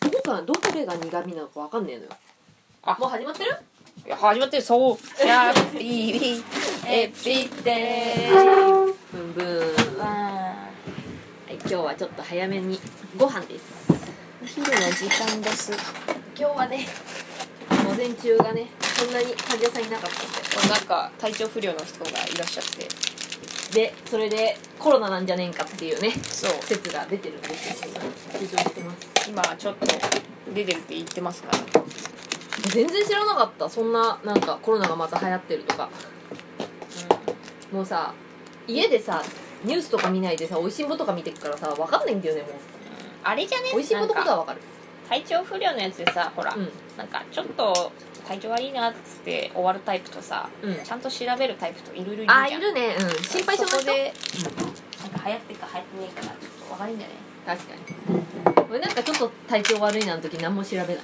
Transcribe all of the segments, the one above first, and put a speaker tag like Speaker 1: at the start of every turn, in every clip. Speaker 1: どこかどれが苦味なのかわかんねえのよ
Speaker 2: あ
Speaker 1: もう始まってる
Speaker 2: いや始まってるそうキャッピービーエピデー
Speaker 1: ブンブーンはい今日はちょっと早めにご飯です
Speaker 3: お昼の時間です
Speaker 1: 今日はね午前中がねそんなに患者さんいなかったんで
Speaker 2: なんか体調不良の人がいらっしゃって
Speaker 1: でそれでコロナなんじゃねえんかっていうね
Speaker 2: そう
Speaker 1: 説が出てるんですけど浮上してます
Speaker 2: 今ちょっと出てるって言ってますから
Speaker 1: 全然知らなかったそんななんかコロナがまた流行ってるとかもうさ家でさニュースとか見ないでさおいしんぼとか見てくからさわかんないんだよねもう
Speaker 2: あれじゃね
Speaker 1: おいしんぼのこと
Speaker 2: なんか
Speaker 1: はわかる
Speaker 2: 体調不良のやつでさほら、
Speaker 1: うん
Speaker 2: なんかちょっと体調悪いなっつって終わるタイプとさ、
Speaker 1: うん
Speaker 2: ちゃんと調べるタイプといろいろいるじゃん
Speaker 1: あーいるねうん心配性の
Speaker 2: そこ
Speaker 1: 人
Speaker 2: で、なんか流行ってるか流行ってないかちょっと分かるんじゃない
Speaker 1: 確かに俺なんかちょっと体調悪いなの時何も調べない
Speaker 2: ま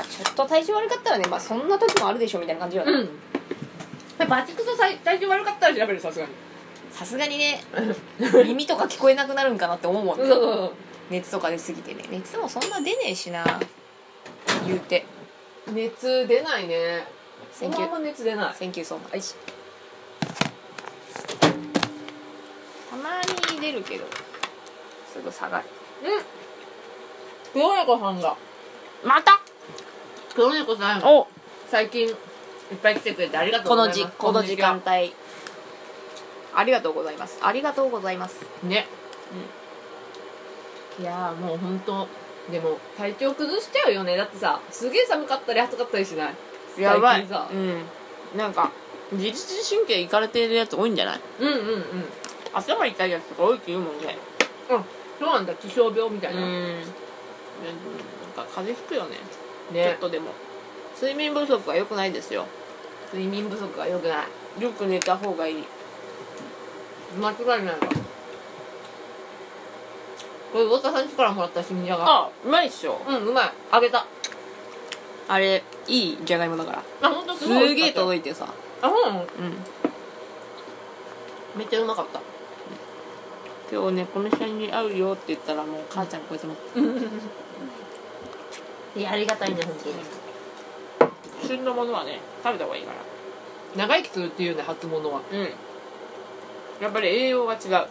Speaker 2: あ、ちょっと体調悪かったらね、まあ、そんな時もあるでしょみたいな感じよね
Speaker 1: んバチクソさい体調悪かったら調べるさすがに
Speaker 2: さすがにね 耳とか聞こえなくなるんかなって思うも
Speaker 1: う
Speaker 2: ん、ね
Speaker 1: んそうそう
Speaker 2: 熱とか出過ぎてね熱もそんな出ねえしな言うて
Speaker 1: そう熱出ないね
Speaker 2: センキュー
Speaker 1: 熱出ない
Speaker 2: センキューソーマッたまに出るけどすぐ下がる
Speaker 1: うん黒猫さんが
Speaker 2: また
Speaker 1: 黒猫さん
Speaker 2: お
Speaker 1: 最近いっぱい来てくれてありがとうご
Speaker 2: こ
Speaker 1: ざい
Speaker 2: の
Speaker 1: ます
Speaker 2: じこの時間帯ありがとうございますありがとうございます
Speaker 1: ね、いやーもう本当でも体調崩しちゃうよねだってさすげえ寒かったり暑かったりしない
Speaker 2: やばい
Speaker 1: 最近さ
Speaker 2: うんなんか自律神経いかれてるやつ多いんじゃない
Speaker 1: うんうんうん
Speaker 2: 頭が痛いやつとか多いって言うもんね
Speaker 1: そうなんだ気象病みたいな、
Speaker 2: んなんか風邪ひくよねちょっ
Speaker 1: ね
Speaker 2: とでも睡眠不足は良くないですよ
Speaker 1: 睡眠不足は良くない
Speaker 2: よく寝た方がいい
Speaker 1: 間違いないわこれ魚田さんちからもらった新じゃが
Speaker 2: あうまいっしょ
Speaker 1: うんうまいあげた
Speaker 2: あれいいじゃがいもだから
Speaker 1: あ本当
Speaker 2: すげえ
Speaker 1: い
Speaker 2: 届いてさ
Speaker 1: あほん
Speaker 2: うん
Speaker 1: めっちゃうまかった
Speaker 2: 今日猫飯に会うよって言ったらもう母ちゃんこうやって持って
Speaker 1: いやありがたいね本当に
Speaker 2: 旬のものはね食べた方がいいから
Speaker 1: 長生きするっていうね初物は
Speaker 2: うんやっぱり栄養が違う
Speaker 1: まあ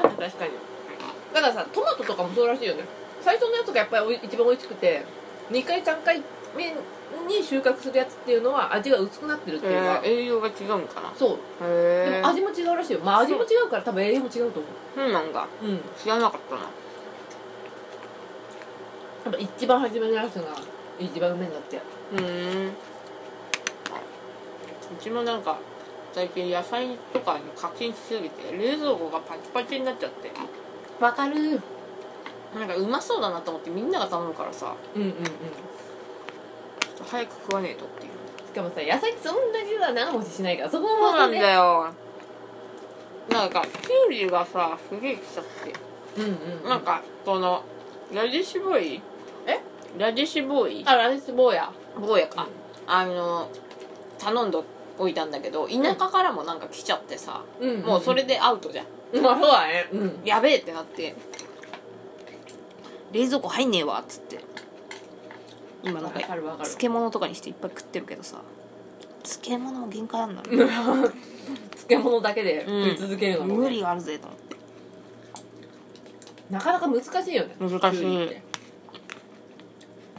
Speaker 1: 確かにたださトマトとかもそうらしいよね最初のやつがやっぱりおい一番美味しくて2回3回目に収穫するやつっていうのは味が薄くなってるっていうのは、
Speaker 2: 栄養が違うんかな
Speaker 1: そう
Speaker 2: へ
Speaker 1: でも味も違うらしいよまあ味も違うから多分栄養も違うと思
Speaker 2: そうなんだ
Speaker 1: ううん
Speaker 2: 知らなかったな
Speaker 1: 多分一番初めのやつが一番うめえんだって
Speaker 2: うーんうちもなんか最近野菜とかに課金しすぎて冷蔵庫がパチパチになっちゃって
Speaker 1: わかるうん
Speaker 2: なんかうまそうだなと思ってみんなが頼むからさ
Speaker 1: うんうん
Speaker 2: ちょっと早く食わねえとっていう
Speaker 1: しかもさ野菜ってそんなにさ長持ちしないからそこも
Speaker 2: そう
Speaker 1: ま
Speaker 2: な
Speaker 1: た
Speaker 2: ん
Speaker 1: ね
Speaker 2: だよなんかきゅうりがさすげえきちゃって
Speaker 1: うんうんうん
Speaker 2: なんかこのラディッシュボーイ
Speaker 1: え
Speaker 2: ラディッシュボーイ
Speaker 1: あライス坊や
Speaker 2: 坊やか、あの頼んどおいたんだけど田舎からもなんか来ちゃってさ、
Speaker 1: うんうん
Speaker 2: もうそれでアウトじゃん
Speaker 1: まあそうだねうん
Speaker 2: やべえってなって冷蔵庫入んねえわっつって今なんか
Speaker 1: わかるわかる
Speaker 2: 漬物とかにしていっぱい食ってるけどさ漬物も限界あんだろ
Speaker 1: 漬物だけで食い続けるのもね
Speaker 2: 無理があるぜと思って
Speaker 1: なかなか難しいよね
Speaker 2: 難しい
Speaker 1: キュウリって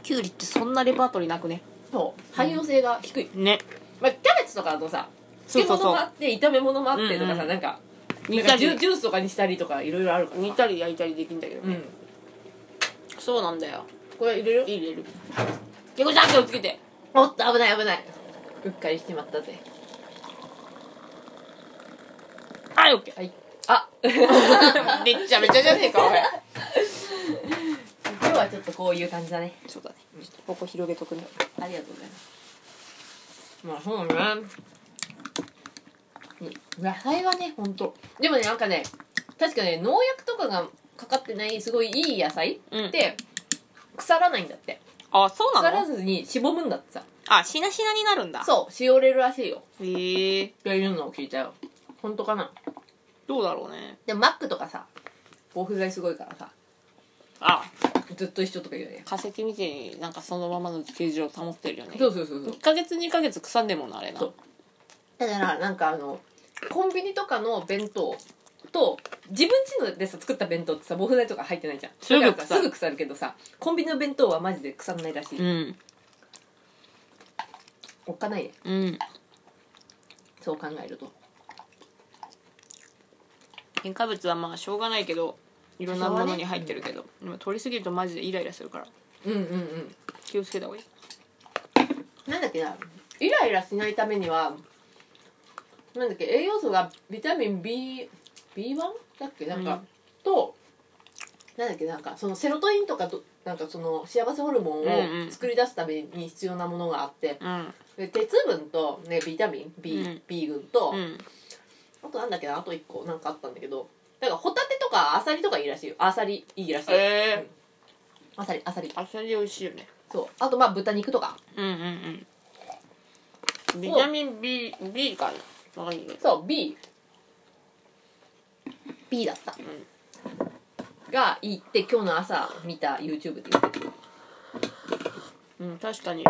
Speaker 2: きゅうりってそんなレパートリーなくね
Speaker 1: そう汎用性が低い、
Speaker 2: ね
Speaker 1: まあ、キャベツとかだとさ
Speaker 2: そう
Speaker 1: 漬
Speaker 2: そうそう
Speaker 1: 物もあって炒め物もあってとかさ、
Speaker 2: うんうん
Speaker 1: なんか
Speaker 2: 煮
Speaker 1: な
Speaker 2: た
Speaker 1: んかジュ
Speaker 2: り
Speaker 1: ジュースとかにしたりとかいろいろあるからさ
Speaker 2: 煮たり焼いたりできんだけど、
Speaker 1: うん
Speaker 2: そうなんだよ
Speaker 1: これ入れる
Speaker 2: 入れる猫ちゃん気をつけて
Speaker 1: おっと危ない危ないうっかりしてまったぜ
Speaker 2: はい オッケ
Speaker 1: はいあ今
Speaker 2: ーめっちゃめちゃじゃねえかおい
Speaker 1: 日はちょっとこういう感じだね
Speaker 2: そうだねちょっとここ広げとくね
Speaker 1: ありがとうございますまあそうねうん野菜はねほんとでもねなんかね確かね農薬とかがかかってないすごいいい野菜
Speaker 2: うん
Speaker 1: って腐らないんだって
Speaker 2: あそう
Speaker 1: 腐
Speaker 2: な
Speaker 1: ら
Speaker 2: の
Speaker 1: ずにしぼむんだってさ
Speaker 2: あしなしなになるんだ
Speaker 1: そうしおれるらしいよ
Speaker 2: へえ
Speaker 1: っていうのを聞いたよ本当かな
Speaker 2: どうだろうね
Speaker 1: でもマックとかさ防腐剤すごいからさ
Speaker 2: あ
Speaker 1: ずっと一緒とか言うね
Speaker 2: 化石みたいになんかそのままの形状を保ってるよね
Speaker 1: そうそうそうそう
Speaker 2: 1ヶ月2ヶ月腐んでもんなあれな
Speaker 1: そうだからなんかあのコンビニとかの弁当と自分家のでさ作った弁当ってさ防腐剤とか入ってないじゃん
Speaker 2: すぐ腐る
Speaker 1: だからさすぐ腐るけどさコンビニの弁当はマジで腐らないらしい、
Speaker 2: うん
Speaker 1: おっかないね
Speaker 2: うん
Speaker 1: そう考えると
Speaker 2: 添加物はまあしょうがないけどいろんなものに入ってるけど、でも取りすぎるとマジでイライラするから
Speaker 1: うんうんうん
Speaker 2: 気をつけた方がいい
Speaker 1: なんだっけなイライラしないためにはなんだっけ栄養素がビタミン B B1 だっけなんか、
Speaker 2: うん
Speaker 1: となんだっけなんかそのセロトニンとかどなんかその幸せホルモ
Speaker 2: うん
Speaker 1: ン
Speaker 2: う
Speaker 1: を
Speaker 2: ん
Speaker 1: 作り出すために必要なものがあって、
Speaker 2: うん
Speaker 1: で鉄分と、ね、ビタミン B,、
Speaker 2: うん
Speaker 1: B 群と、
Speaker 2: うん
Speaker 1: あとなんだっけなあと1個なんかあったんだけどだからホタテとかアサリとかいいらしいよアサリいいらしいよ、
Speaker 2: え
Speaker 1: アサリアサリ
Speaker 2: ー、あさり美味しいよね
Speaker 1: そうあとまあ豚肉とか
Speaker 2: うんうんうんビタミン B, B かなわかんないけど
Speaker 1: そう B B だった、がいいって今日の朝見た YouTube で言ってる
Speaker 2: うん確かに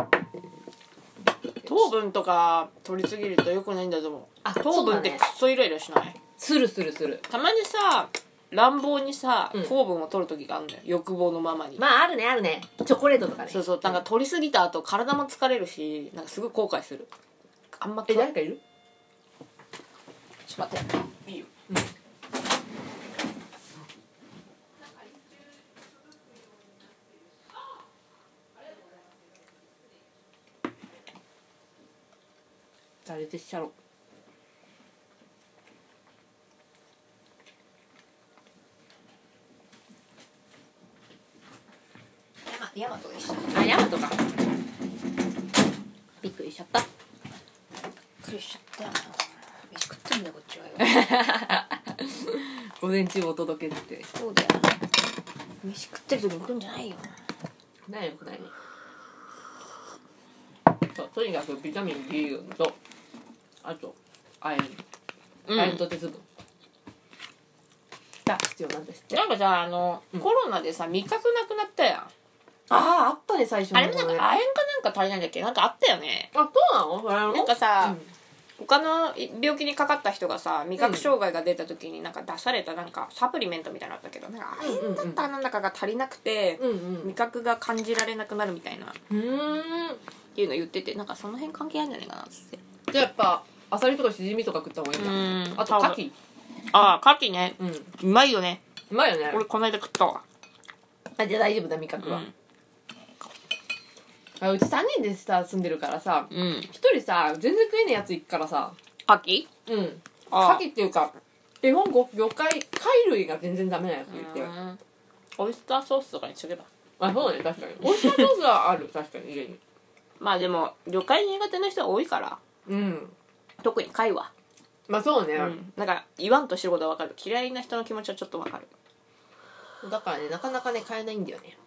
Speaker 2: 糖分とか取りすぎると良くないんだと思う
Speaker 1: あ
Speaker 2: 糖分
Speaker 1: そう
Speaker 2: ってく
Speaker 1: だ
Speaker 2: っ
Speaker 1: ね
Speaker 2: そイライラしない、
Speaker 1: するするする
Speaker 2: たまにさ乱暴にさ、
Speaker 1: うん
Speaker 2: 糖分を取る時があるんだよ欲望のままに、
Speaker 1: まああるねあるねチョコレートとかね
Speaker 2: そうそうなんか取りすぎた後体も疲れるしなんかすごい後悔するあんま
Speaker 1: え
Speaker 2: 食わ
Speaker 1: 誰かいる
Speaker 2: ちょっと待っていいよ
Speaker 1: 誰でしゃろ
Speaker 2: ヤマトでした
Speaker 1: あヤマトかびっくりしちゃった
Speaker 4: くりしちゃったよな飯食ってんだこっちはよ
Speaker 1: 午前中お届けって
Speaker 4: そうだよ飯食ってる時に来るんじゃないよ
Speaker 1: ないよくないねそうとにかくビタミン B 群とあと亜鉛亜
Speaker 2: うん
Speaker 1: 鉛と鉄分が必要なんですって、
Speaker 2: なんかさあの、
Speaker 1: うん
Speaker 2: コロナでさ味覚なくなったやん
Speaker 1: あああったね最初の
Speaker 2: あれもなんか
Speaker 1: ね
Speaker 2: 亜鉛かなんか足りないんだっけなんかあったよね
Speaker 1: あそうなの
Speaker 2: なんかさ、
Speaker 1: う
Speaker 2: 他の病気にかかった人がさ味覚障害が出た時になんか出されたなんかサプリメントみたいなのあったけどなんか亜鉛だったかなんだかが足りなくて、
Speaker 1: んうんうん
Speaker 2: 味覚が感じられなくなるみたいなっ
Speaker 1: うんうん
Speaker 2: ていうの言っててなんかその辺関係あるんじゃないかなっつって
Speaker 1: じゃあやっぱアサリとかシジミとか食った方がいいんだ
Speaker 2: うん
Speaker 1: あと牡蠣
Speaker 2: ああ牡蠣ね
Speaker 1: うんう
Speaker 2: うまいよね
Speaker 1: まいよね
Speaker 2: 俺この間食ったわ、
Speaker 1: あじゃあ大丈夫だ味覚
Speaker 2: う
Speaker 1: は、
Speaker 2: ん
Speaker 1: あうち3人でさ住んでるからさ
Speaker 2: うん
Speaker 1: 一人さ全然食えねえやつ行くからさ
Speaker 2: 牡蠣
Speaker 1: うん
Speaker 2: ああ
Speaker 1: 牡蠣っていうか日本語魚介貝類が全然ダメなやつ言ってる
Speaker 2: うんオイスターソースとかにしとけば
Speaker 1: あそうね確かにオイスターソースはある確かに家に
Speaker 2: まあでも魚介苦手な人は多いから
Speaker 1: うん
Speaker 2: 特に貝は、
Speaker 1: まあそうね、
Speaker 2: うん、なんか言わんとしてることは分かる嫌いな人の気持ちはちょっと分かる
Speaker 1: だからねなかなかね買えないんだよね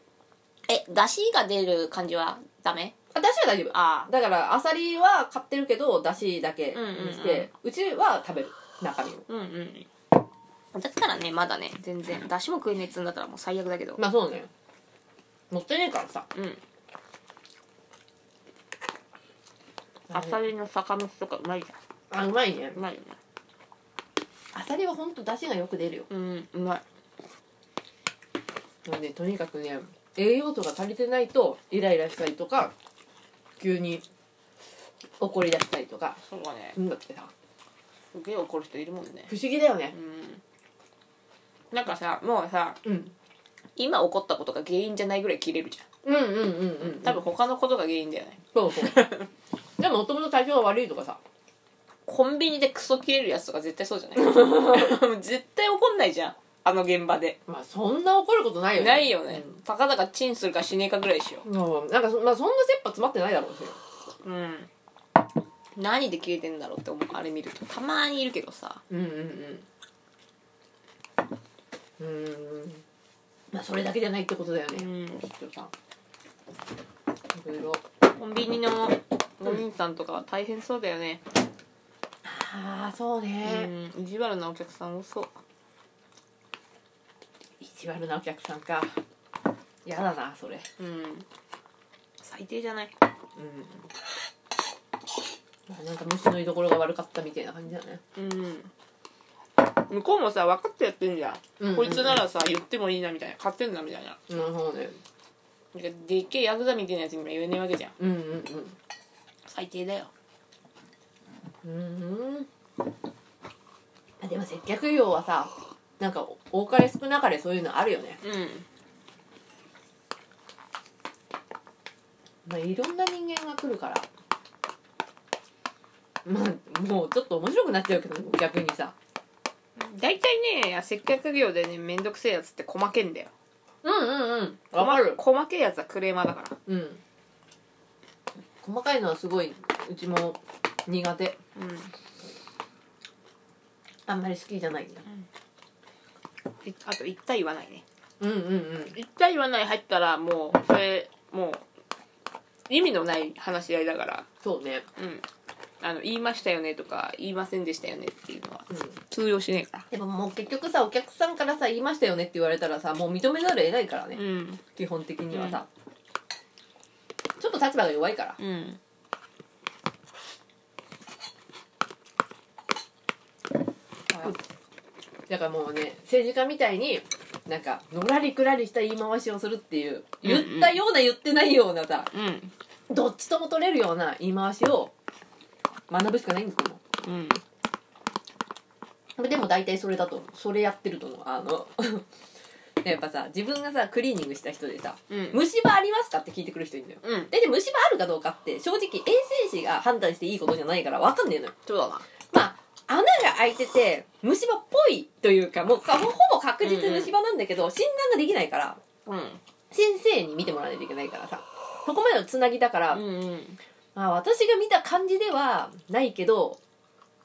Speaker 2: え出汁が出る感じはダメ
Speaker 1: あ出汁は大丈夫
Speaker 2: あ
Speaker 1: だからアサリは買ってるけど出汁だけにして、う
Speaker 2: うんうんうん
Speaker 1: ちは食べる中身を
Speaker 2: うんうんだったらねまだね全然出汁も食えねえっつうんだったらもう最悪だけど
Speaker 1: まあそうね乗ってねえからさ
Speaker 2: うんあさりの酒蒸しとかうまいじゃ
Speaker 1: あうまいね
Speaker 2: んうまいよね
Speaker 1: アサリはほんと出汁がよく出るよ
Speaker 2: うんうまい
Speaker 1: なんでとにかくね栄養素が足りてないとイライラしたりとか急に怒り出したりとか
Speaker 2: そうだね
Speaker 1: うんだってさ
Speaker 2: すげえ怒る人いるもんね
Speaker 1: 不思議だよね
Speaker 2: うんなんかさもうさ
Speaker 1: うん
Speaker 2: 今起こったことが原因じゃないぐらい切れるじゃ
Speaker 1: うんうんうんうん
Speaker 2: ん多分他のことが原因だよね
Speaker 1: そうそう でももともと体調が悪いとかさ
Speaker 2: コンビニでクソ切れるやつとか絶対そうじゃない もう絶対怒んないじゃんあの現場で
Speaker 1: まあそんな怒ることないよね
Speaker 2: ないよね、たかだかチンするかしねえかぐらいでしよ
Speaker 1: うんなんかそ,、まあ、そんな切羽詰まってないだろうし
Speaker 2: ううん何で切れてんだろうって思うあれ見るとたまにいるけどさ
Speaker 1: うんうんうんうんまあそれだけじゃないってことだよね
Speaker 2: ん
Speaker 1: きっとさいろいろ
Speaker 2: コンビニのお兄さんとかは大変そうだよね
Speaker 1: ああそう
Speaker 2: う
Speaker 1: ね、
Speaker 2: ん意地悪なお客さん多そう
Speaker 1: 意地悪なお客さんかやだなそれ
Speaker 2: うん最低じゃない
Speaker 1: うんなんか虫の居所が悪かったみたいな感じだね
Speaker 2: うん向こうもさ分かってやってんじゃん,、
Speaker 1: うんうん
Speaker 2: こいつならさ言ってもいいなみたいな勝ってんだみたいな
Speaker 1: なるほどね
Speaker 2: なんかでっけえヤクザみたいなやつには言えねえわけじゃん
Speaker 1: うんうんうん
Speaker 2: 最低だよ
Speaker 1: うんうんあでも接客業はさなんか多かれ少なかれそういうのあるよね、
Speaker 2: うん
Speaker 1: まあ、いろんな人間が来るからまあもうちょっと面白くなっちゃうけど逆にさ
Speaker 2: 大体ね接客業でねめんどくせえやつって細けんだよ
Speaker 1: うんうんうん
Speaker 2: 細
Speaker 1: わかる
Speaker 2: 細けえやつはクレーマーだから
Speaker 1: うん細かいのはすごいうちも苦手
Speaker 2: うん
Speaker 1: あんまり好きじゃないんだ
Speaker 2: いあと一体言わないね
Speaker 1: うんうんうん
Speaker 2: 一体言わない入ったらもうそれもう意味のない話し合いだから
Speaker 1: そうね
Speaker 2: うんあの言いましたよねとか言いませんでしたよねっていうのは
Speaker 1: うん
Speaker 2: 通用しねえか
Speaker 1: でももう結局さお客さんからさ言いましたよねって言われたらさもう認めざるを得ないからね、
Speaker 2: らうん
Speaker 1: 基本的にはさ、ちょっと立場が弱いから
Speaker 2: うん
Speaker 1: だからもうね政治家みたいになんかのらりくらりした言い回しをするっていう言ったような言ってないようなさ
Speaker 2: うん
Speaker 1: どっちとも取れるような言い回しを学ぶしかないんですよ
Speaker 2: うん
Speaker 1: でも大体それだと思うそれやってると思うあの やっぱさ自分がさクリーニングした人でさ
Speaker 2: うん
Speaker 1: 「虫歯ありますか?」って聞いてくる人いるんだよ
Speaker 2: うん
Speaker 1: 大体虫歯あるかどうかって正直衛生士が判断していいことじゃないから分かんねえのよ
Speaker 2: そうだな
Speaker 1: まあ穴が開いてて虫歯っぽいというかもうかもうほぼ確実虫歯なんだけど、診断ができないから
Speaker 2: うん
Speaker 1: 先生に見てもらわないといけないからさそこまでのつなぎだから、
Speaker 2: うんうん
Speaker 1: まあ私が見た感じではないけど、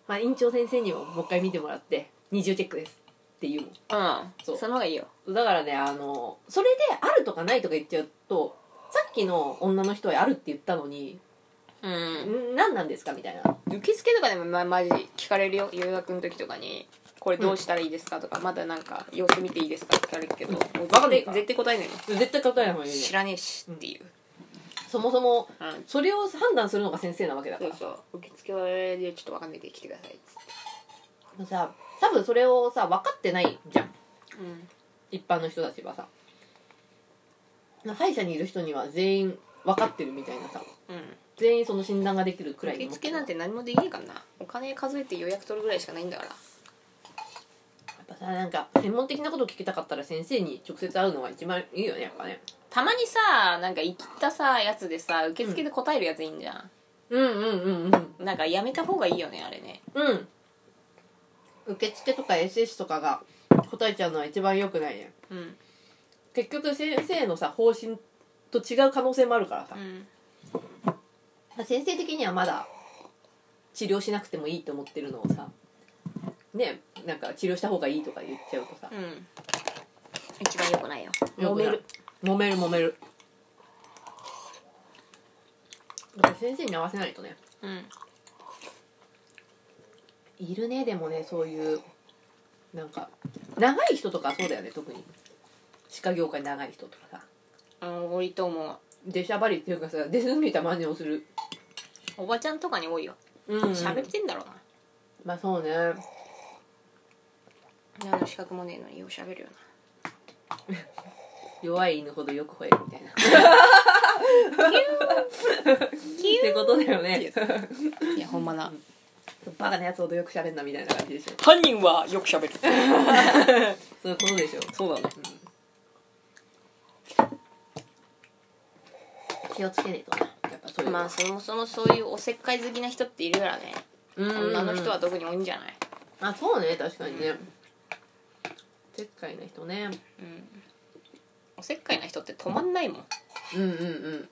Speaker 1: まあ、院長先生にももう一回見てもらって二重チェックですって言うもんそ
Speaker 2: そううその方がいいよ
Speaker 1: だからねあのそれであるとかないとか言っちゃうとさっきの女の人はあるって言ったのに
Speaker 2: うん
Speaker 1: ん何なんですかみたいな
Speaker 2: 受付とかでもまマジ聞かれるよ留学の時とかにこれどうしたらいいですかとか、まだなんか様子見ていいですかって聞かれるけど、もうバカで絶対答えないの
Speaker 1: 絶対答えない方がいいね
Speaker 2: 知らねえしっていう、
Speaker 1: そもそも
Speaker 2: うん
Speaker 1: それを判断するのが先生なわけだか
Speaker 2: そう
Speaker 1: ら
Speaker 2: そう受付はでちょっとわかんないで来てくださいっつっ
Speaker 1: でもさ多分それをさ分かってないじゃん
Speaker 2: てうん
Speaker 1: 一般の人たちはさ歯医者にいる人には全員分かってるみたいなさ
Speaker 2: う
Speaker 1: 全員その診断ができるくらい
Speaker 2: ん、受
Speaker 1: の
Speaker 2: 付なんて何もできねえからなお金数えて予約取るぐらいしかないんだから
Speaker 1: やっぱさなんか専門的なことを聞きたかったら先生に直接会うのが一番いいよねやっぱね
Speaker 2: たまにさなんか生きったさやつでさ受付で答えるやついいんじゃん、
Speaker 1: うんうんうんうん
Speaker 2: なんかやめた方がいいよねあれね
Speaker 1: うん受付とか SS とかが答えちゃうのは一番良くないね
Speaker 2: うん
Speaker 1: 結局先生のさ方針と違う可能性もあるからさ
Speaker 2: う、ん
Speaker 1: まあ先生的にはまだ治療しなくてもいいと思ってるのをさねなんか治療した方がいいとか言っちゃうとさ
Speaker 2: うん一番良くないよ
Speaker 1: 揉
Speaker 2: 揉
Speaker 1: める
Speaker 2: める
Speaker 1: 揉める揉めるだから先生に合わせないとね
Speaker 2: うん
Speaker 1: いるねでもねそういうなんか長い人とかそうだよね特に歯科業界長い人とかさ
Speaker 2: うん多いと思う
Speaker 1: 出しゃばりっていうかさ出ずみた真似をする
Speaker 2: おばちゃんとかに多いよ
Speaker 1: うん
Speaker 2: 喋ってんだろうな、
Speaker 1: まあそうね
Speaker 2: 何の資格もねえのによう喋るよ
Speaker 1: 弱い犬ほどよく吠えるみたいなってことだよね
Speaker 2: ないやほんまな
Speaker 1: バカなやつほどよく喋んなみたいな感じでしょ
Speaker 2: 犯人はよく喋る
Speaker 1: そういうことでしょ
Speaker 2: そうだね
Speaker 1: 気をつけねえとなやっぱそういう
Speaker 2: まあそもそもそういうおせっかい好きな人っているからね
Speaker 1: 女
Speaker 2: 女の人は特に多いんじゃない
Speaker 1: あそうね確かにねでっかいな人ね
Speaker 2: おせっかいな人って止まんないもん
Speaker 1: うんうんうん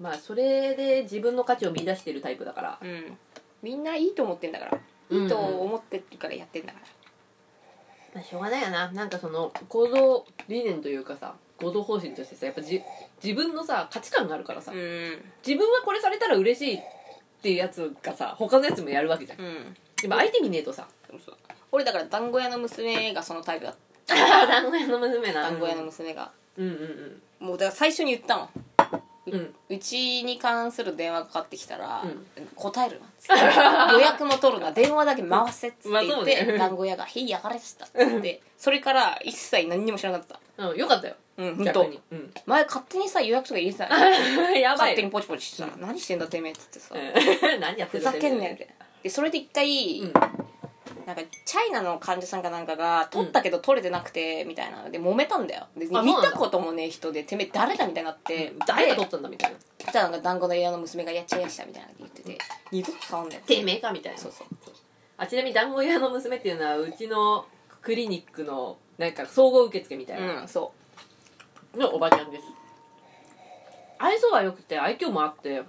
Speaker 1: まあそれで自分の価値を見出してるタイプだから
Speaker 2: うんみんないいと思ってんだから
Speaker 1: うん
Speaker 2: いいと思ってるからやってんだか
Speaker 1: まあ、しょうがないよななんかその行動理念というかさ行動方針としてさやっぱじ自分のさ価値観があるからさ、
Speaker 2: らうん
Speaker 1: 自分はこれされたら嬉しいっていうやつがさ他のやつもやるわけじゃん
Speaker 2: うん
Speaker 1: でも相手見ねえと さ
Speaker 2: そうそう俺だから団子屋の娘がそのタイプだった
Speaker 1: 団子屋の娘な
Speaker 2: 団子屋の娘が
Speaker 1: うんうん
Speaker 2: もうだから最初に言ったもん
Speaker 1: うんうん
Speaker 2: うちに関する電話かかってきたら、
Speaker 1: うん
Speaker 2: 答えるなっつって 予約も取るな電話だけ回せっつって
Speaker 1: まあ
Speaker 2: 言
Speaker 1: そう
Speaker 2: っ
Speaker 1: ね
Speaker 2: て、
Speaker 1: うん
Speaker 2: 団子屋が「へいやがれ」したっつってそれから一切何にも知らなかった
Speaker 1: うんよかったよ
Speaker 2: うん本
Speaker 1: 逆
Speaker 2: 当
Speaker 1: にうん
Speaker 2: 前勝手にさ予約とか入れてたの
Speaker 1: やば
Speaker 2: 勝
Speaker 1: い
Speaker 2: 手にポチポチしてたの何してんだてめえっつってさ、
Speaker 1: うん 何やって
Speaker 2: ふ
Speaker 1: る
Speaker 2: ざけんなよってでそれで一回、
Speaker 1: うん
Speaker 2: なんかチャイナの患者さんかなんかが取ったけど取れてなくてみたいなので揉めたんだよで
Speaker 1: そうなん
Speaker 2: 見
Speaker 1: だ
Speaker 2: たこともねえ人でてめえ誰だみたいになって、
Speaker 1: 誰が取ったんだみたいな
Speaker 2: そしたらなんか団子の家の娘がやっちゃいやしたみたいなの言ってて二度と触んだよ
Speaker 1: てめえかみたいな
Speaker 2: そうそう
Speaker 1: あちなみに団子屋の娘っていうのはうちのクリニックのなんか総合受付みたいな
Speaker 2: うんそ
Speaker 1: のおばちゃんです愛想は良くて愛嬌もあって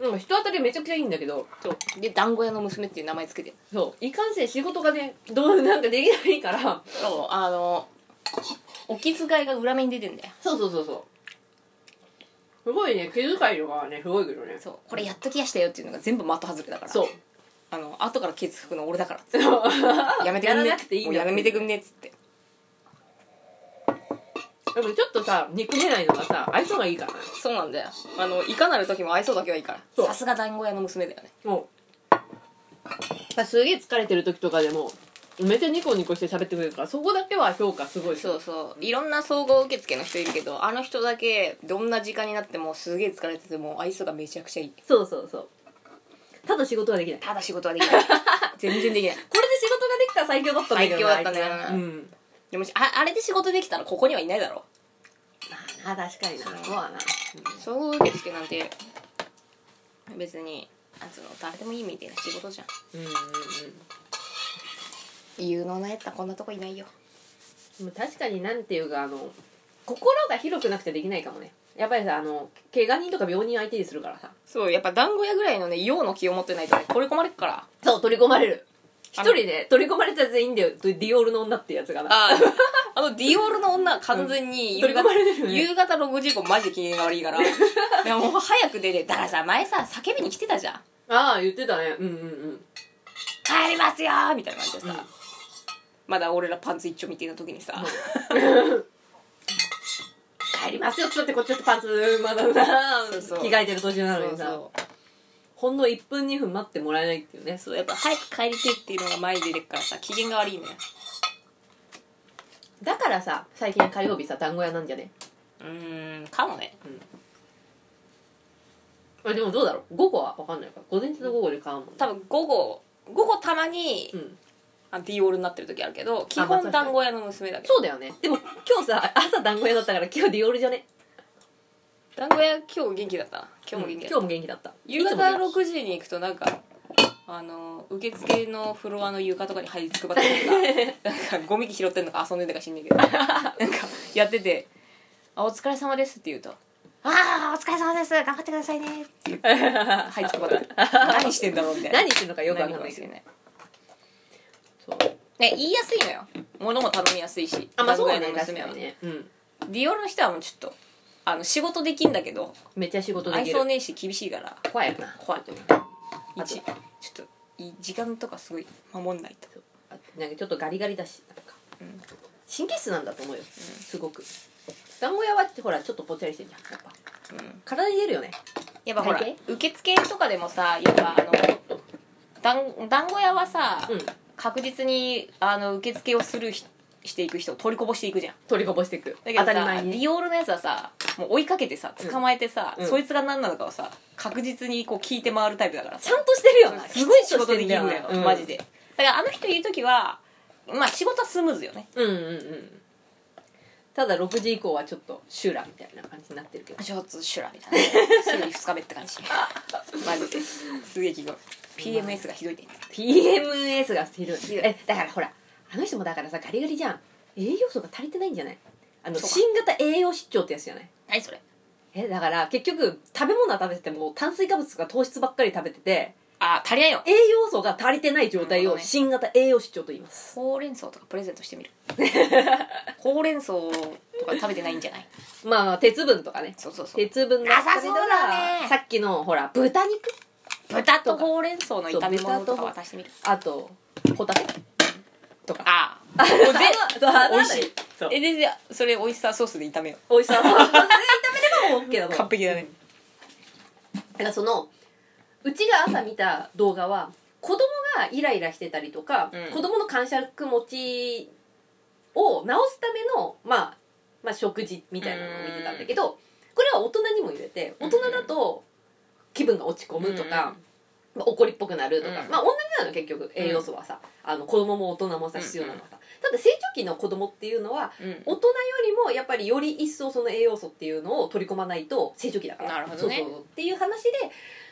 Speaker 1: なんか人当たりめちゃくちゃいいんだけど
Speaker 2: うで団子屋の娘っていう名前つけて
Speaker 1: そういかんせん仕事がねどう なんかできないから
Speaker 2: そうあのお気遣いが裏目に出てんだよ
Speaker 1: そうそうそうそうすごいね気遣いとかはねすごいけどね
Speaker 2: そうこれやっときやしたよっていうのが全部的外れだから
Speaker 1: そう
Speaker 2: あの後からケツ吹くの俺だからっつって やめてく
Speaker 1: や
Speaker 2: ん
Speaker 1: ら
Speaker 2: ね
Speaker 1: なくていいん
Speaker 2: もう
Speaker 1: だ
Speaker 2: やめてくんねっつって
Speaker 1: でもちょっとさ憎めないのがさ愛想がいいからね
Speaker 2: そうなんだよあのいかなる時も愛想だけはいいか
Speaker 1: そ
Speaker 2: ら
Speaker 1: う
Speaker 2: さすが団子屋の娘だよね
Speaker 1: もうすげえ疲れてる時とかでもめっちゃニコニコして喋ってくれるからそこだけは評価すごい
Speaker 2: そうそういろんな総合受付の人いるけどあの人だけどんな時間になってもすげえ疲れてても愛想がめちゃくちゃいい
Speaker 1: そうそうそうただ仕事ができないこ
Speaker 2: ただ仕事はできない 全然できない
Speaker 1: れで仕事ができたら最強だったんだけどな
Speaker 2: 最強だったね
Speaker 1: あいつうん
Speaker 2: でもしああれで仕事できたらここにはいないだろ
Speaker 1: まあな確かになそうだな
Speaker 2: 総合受付なんて別になんつうの誰でもいいみたいな仕事じゃん
Speaker 1: うんうん
Speaker 2: 有能なやつはこんなとこいないよ
Speaker 1: うんでも確かになんていうかあの心が広くなくてできないかもねやっぱりさあの怪我人とか病人相手にするからさ
Speaker 2: そうやっぱ団子屋ぐらいのね用の気を持ってないとね取り込まれっから
Speaker 1: そう取り込まれる一
Speaker 2: あの
Speaker 1: 人で取り込まれたやつでいいんだよディオールの女ってやつがな
Speaker 2: ああのディオールの女は完全に夕
Speaker 1: 取り
Speaker 2: 方
Speaker 1: 込まれてるよね
Speaker 2: 夕方6時以降マジで機嫌が悪 いからでももう早く出てだからさ前さ叫びに来てたじゃん
Speaker 1: ああ言ってたねうんうんうん
Speaker 2: 帰りますよーみたいな感じでさ、
Speaker 1: うん
Speaker 2: まだ俺らパンツ一丁みたいな時にさ、
Speaker 1: 帰りますよっつってこっちだってパンツまだな
Speaker 2: そうそう
Speaker 1: 着替えてる途中なの
Speaker 2: そ
Speaker 1: に
Speaker 2: う
Speaker 1: さ
Speaker 2: そう
Speaker 1: ほんの1分2分待ってもらえないっていうね
Speaker 2: そうやっぱ早く帰りてえっていうのが前に出てるからさ機嫌が悪いのよ
Speaker 1: だからさ最近火曜日さ団子屋なんじゃね
Speaker 2: うーんかもね
Speaker 1: あでもどうだろう午後は分かんないから午前中と午後で買うもんね
Speaker 2: 多分午後午後たまに、
Speaker 1: うん
Speaker 2: あディオールになってる時あるけど基
Speaker 1: まあ確か
Speaker 2: 本
Speaker 1: に
Speaker 2: 団子屋の娘だけど
Speaker 1: そうだよねでも今日さ朝団子屋だったから今日ディオールじゃね
Speaker 2: 団子屋今日元気だったな今日も元気だった、
Speaker 1: 今日も元気だった
Speaker 2: 夕
Speaker 1: いつ
Speaker 2: 方
Speaker 1: もだよ
Speaker 2: 6時に行くとなんかあの受付のフロアの床とかに這いつくばってる のかなんかゴミ拾ってんのか遊んでんのか知んねえけ どなんかやってて「あお疲れ様です」って言うと「ああお疲れ様です頑張ってくださいね」って言って這いつくば ってる何してんだろうみたいな
Speaker 1: 何してんのかよく分かんない
Speaker 2: 何
Speaker 1: け
Speaker 2: か
Speaker 1: ど
Speaker 2: もね
Speaker 1: そう
Speaker 2: ね言いやすいのよ物も頼みやすいし
Speaker 1: あまあそうだね
Speaker 2: 団子屋の
Speaker 1: 確
Speaker 2: 娘
Speaker 1: か
Speaker 2: は
Speaker 1: にねうん
Speaker 2: ディオールの人はもうちょっとあの仕事できんだけど
Speaker 1: めっちゃ仕事で
Speaker 2: 愛
Speaker 1: き
Speaker 2: 想
Speaker 1: る
Speaker 2: ねえし厳しいから
Speaker 1: 怖いよな
Speaker 2: 怖い
Speaker 1: あと
Speaker 2: 一ちょっとい時間とかすごい守んないと
Speaker 1: あなんかちょっとガリガリだしなんか、
Speaker 2: ん
Speaker 1: 神経質なんだと思うよ、すごく団子屋はほらちょっとぽっちゃりしてんじゃんやっぱ
Speaker 2: うん
Speaker 1: 体に出るよね
Speaker 2: やっぱほら
Speaker 1: 体
Speaker 2: 受付とかでもさやっぱあの団団子屋はさ、
Speaker 1: うん
Speaker 2: 確実にあの受付をするひしていく人を取りこぼしていくじゃん
Speaker 1: 取りこぼしていく
Speaker 2: だけど
Speaker 1: 当たり
Speaker 2: さ
Speaker 1: 前
Speaker 2: デ
Speaker 1: に
Speaker 2: ィオールのやつはさもう追いかけてさ捕まえてさ、
Speaker 1: うん
Speaker 2: そいつが何なのかをさ確実にこう聞いて回るタイプだからさ
Speaker 1: ちゃんとしてるよな
Speaker 2: すごい仕事で
Speaker 1: きん
Speaker 2: きる
Speaker 1: だよ
Speaker 2: の
Speaker 1: な
Speaker 2: よ、
Speaker 1: うん
Speaker 2: マジでだからあの人いる時はまあ仕事はスムーズよね
Speaker 1: うんうんうんただ6時以降はちょっと修羅みたいな感じになってるけど
Speaker 2: ちょっとシュラみたいな すぐに2日目って感じマジですげえ気が PMS がひどいね
Speaker 1: PMS がひどい
Speaker 2: ひどい
Speaker 1: えだからほらあの人もだからさガリガリじゃん栄養素が足りてないんじゃないあの
Speaker 2: そうか
Speaker 1: 新型栄養失調ってやつじゃない
Speaker 2: 何それ
Speaker 1: えだから結局食べ物は食べてても炭水化物とか糖質ばっかり食べてて
Speaker 2: あ足りないよ
Speaker 1: 栄養素が足りてない状態
Speaker 2: なる
Speaker 1: を
Speaker 2: ほどね
Speaker 1: 新型栄養失調と言います
Speaker 2: ほうれん草とかプレゼントしてみるほうれん草とか食べてないんじゃない
Speaker 1: まあ鉄分とかね
Speaker 2: そうそうそう
Speaker 1: 鉄分が
Speaker 2: なさそうだね
Speaker 1: さっきのほら豚肉
Speaker 2: 豚とほうれん草の炒め物とかは足してみる
Speaker 1: あとホタテとか
Speaker 2: ああ美味しい
Speaker 1: ああ
Speaker 2: 美味しい
Speaker 1: そう
Speaker 2: えでじゃあそれオイスターソースで炒めよ
Speaker 1: おいしさ全然炒めればもう OK だ
Speaker 2: う
Speaker 1: もん
Speaker 2: 完璧だね
Speaker 1: だからそのうちが朝見た動画は子供がイライラしてたりとか、
Speaker 2: うん
Speaker 1: 子供の感触持ちを直すための、まあ、まあ食事みたいなのを見てたんだけどこれは大人にも言えて大人だと気分が落ち込むとか、まあ怒りっぽくなるとか、
Speaker 2: うん
Speaker 1: まあ同じなの結局栄養素はさ、あの子供も大人もさ必要なのはさ、ただ成長期の子供っていうのは
Speaker 2: うんうん
Speaker 1: 大人よりもやっぱりより一層その栄養素っていうのを取り込まないと成長期だから
Speaker 2: なるほどね
Speaker 1: そうそうっていう話で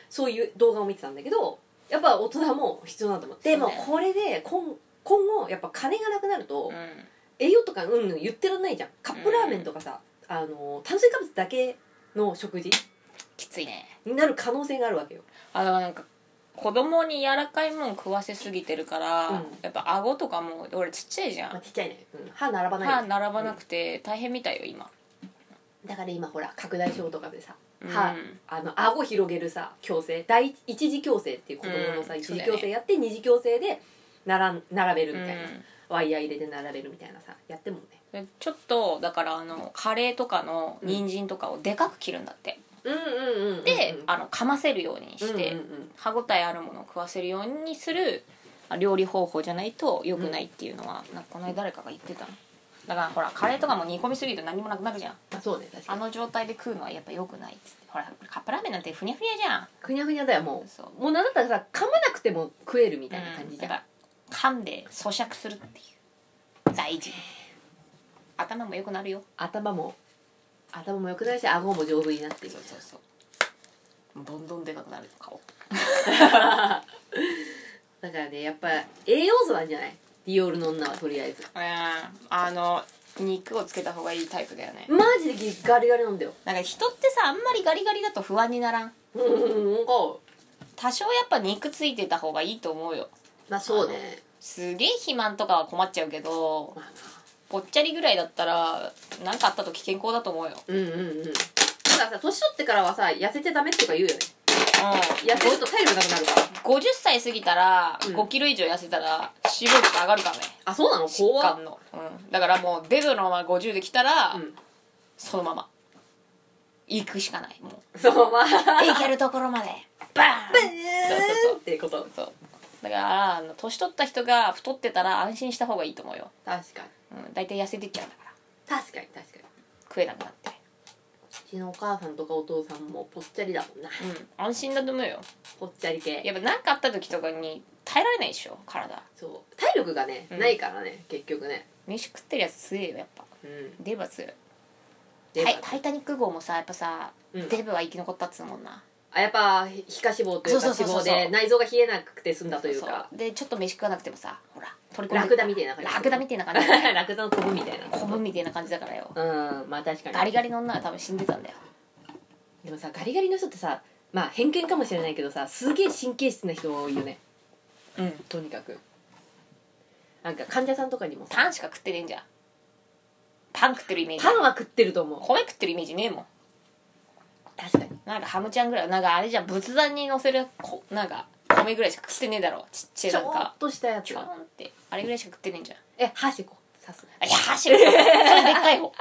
Speaker 1: そういう動画を見てたんだけどやっぱ大人も必要なんだと思って、
Speaker 2: そ
Speaker 1: で
Speaker 2: うね
Speaker 1: もこれで今今後やっぱ金がなくなると
Speaker 2: うん
Speaker 1: 栄養とかうんうん言ってらんないじゃんカップラーメンとかさ、あの炭水化物だけの食事
Speaker 2: きついね
Speaker 1: になる可能性があるわけよ
Speaker 2: あだからなんか子供に柔らかいもん食わせすぎてるから、
Speaker 1: うん
Speaker 2: やっぱ顎とかも俺ちっちゃいじゃ
Speaker 1: まあ、
Speaker 2: ん
Speaker 1: ちっちゃいね、うん、歯並ばないよ
Speaker 2: 歯並ばなくて大変みたいよ今、
Speaker 1: だから今ほら拡大症とかでさ
Speaker 2: うん
Speaker 1: 歯、あの顎広げるさ矯正第一一次矯正っていう子供のさ、
Speaker 2: うん
Speaker 1: 一
Speaker 2: そう
Speaker 1: 次
Speaker 2: だよね
Speaker 1: 矯正やって、二次矯正でならん並べる
Speaker 2: う
Speaker 1: みたいな、
Speaker 2: ん
Speaker 1: ワイヤー入れて並べるみたいなさやってもね
Speaker 2: でちょっとだからあのカレーとかの人参とかをでかく切るんだっ
Speaker 1: うん
Speaker 2: て、
Speaker 1: うんうんうん
Speaker 2: で、あの噛ませるようにして、
Speaker 1: うんうん
Speaker 2: 歯ごたえあるものを食わせるようにするあ料理方法じゃないと良くないっていうのは、なんかこの間誰かが言ってたのだからほらカレーとかも煮込みすぎると何もなくなるじゃん
Speaker 1: あそうね確か
Speaker 2: あ
Speaker 1: に
Speaker 2: の状態で食うのはやっぱ良くないっつってほらカップラーメンなんてふにゃふにゃじゃん
Speaker 1: ふにゃふにゃだよも
Speaker 2: そう
Speaker 1: うもうなんだったらさ噛まなくても食えるみたいな感じじゃ
Speaker 2: だ
Speaker 1: ん、
Speaker 2: から噛んで咀嚼するっていう大事頭も良くなるよ
Speaker 1: 頭も頭も良くなるし顎も丈夫になってる
Speaker 2: そうそうそうどんどんでかくなる顔
Speaker 1: だからねやっぱ栄養素なんじゃないディオールの女はとりあえず
Speaker 2: うんあの肉をつけた方がいいタイプだよね
Speaker 1: マジでガリガリなんだよ
Speaker 2: なんか人ってさあんまりガリガリだと不安にならん
Speaker 1: うんうんうんこう
Speaker 2: 多少やっぱ肉ついてた方がいいと思うよ
Speaker 1: まあそうね
Speaker 2: すげえ肥満とかは困っちゃうけど
Speaker 1: まあな
Speaker 2: ぽっちゃりぐらいだったら何かあった時健康だと思うよ
Speaker 1: うんうんうんだからさ年取ってからはさ痩せてダメとか言うよね
Speaker 2: うん
Speaker 1: 痩せると体力なくなるから
Speaker 2: 50歳過ぎたら
Speaker 1: うん
Speaker 2: 5キロ以上痩せたら脂肪率上がるからね
Speaker 1: あそうなの
Speaker 2: 疾
Speaker 1: 怖っ
Speaker 2: 患の、うん、だからもうデブのまま50できたら、
Speaker 1: うん
Speaker 2: そのまま行くしかないも
Speaker 1: そうまあ
Speaker 2: う行けるところまでバーンそうそうそう
Speaker 1: っていうこと
Speaker 2: そうだからあの年取った人が太ってたら安心した方がいいと思うよ、
Speaker 1: 確かに
Speaker 2: うん、大体痩せてっちゃうんだから
Speaker 1: 確かに確かに
Speaker 2: 食えなくなって
Speaker 1: うちのお母さんとかお父さんもぽっちゃりだもんな
Speaker 2: うん安心だと思うよ
Speaker 1: ぽっちゃり系
Speaker 2: やっぱ何かあった時とかに耐えられないでしょ体
Speaker 1: そう体力がね
Speaker 2: うん
Speaker 1: ないからね結局ね
Speaker 2: 飯食ってるやつ強いよやっぱ
Speaker 1: うん
Speaker 2: デブは強い
Speaker 1: で
Speaker 2: タイタイタニック号もさやっぱさ、
Speaker 1: うん
Speaker 2: デブは生き残ったっつうもんな
Speaker 1: あやっぱひ皮下脂肪というか
Speaker 2: そ
Speaker 1: 脂
Speaker 2: うそうそうそ
Speaker 1: 肪
Speaker 2: う
Speaker 1: で内臓が冷えなくて済んだという
Speaker 2: そう
Speaker 1: か
Speaker 2: そうでちょっと飯食わなくてもさほら取り込ん
Speaker 1: ラ
Speaker 2: で
Speaker 1: クダみたいな感じ
Speaker 2: ラクダみたいな感 じだ
Speaker 1: たい
Speaker 2: よ
Speaker 1: ラクダのコブみたいな
Speaker 2: コブみたいな感じだからよ
Speaker 1: うんまあ確かに
Speaker 2: ガリガリの女は多分死んでたんだよ
Speaker 1: でもさガリガリの人ってさまあ偏見かもしれないけどさすげえ神経質な人多いよね
Speaker 2: うん
Speaker 1: とにかくなんか患者さんとかにもさ
Speaker 2: パンしか食ってねえんじゃんパン食ってるイメージ
Speaker 1: パンは食ってると思う
Speaker 2: 米食ってるイメージねえもん
Speaker 1: 確かに
Speaker 2: なんかハムちゃんぐらいなんかあれじゃん仏壇に乗せるこなんか米ぐらいしか食ってねえだろちっちゃい
Speaker 1: ちょ
Speaker 2: なん
Speaker 1: っ
Speaker 2: か
Speaker 1: としたやつ
Speaker 2: ちょーんってあれぐらいしか食ってねえんじゃん
Speaker 1: え箸こう刺す
Speaker 2: あいや 走るそれでっかい方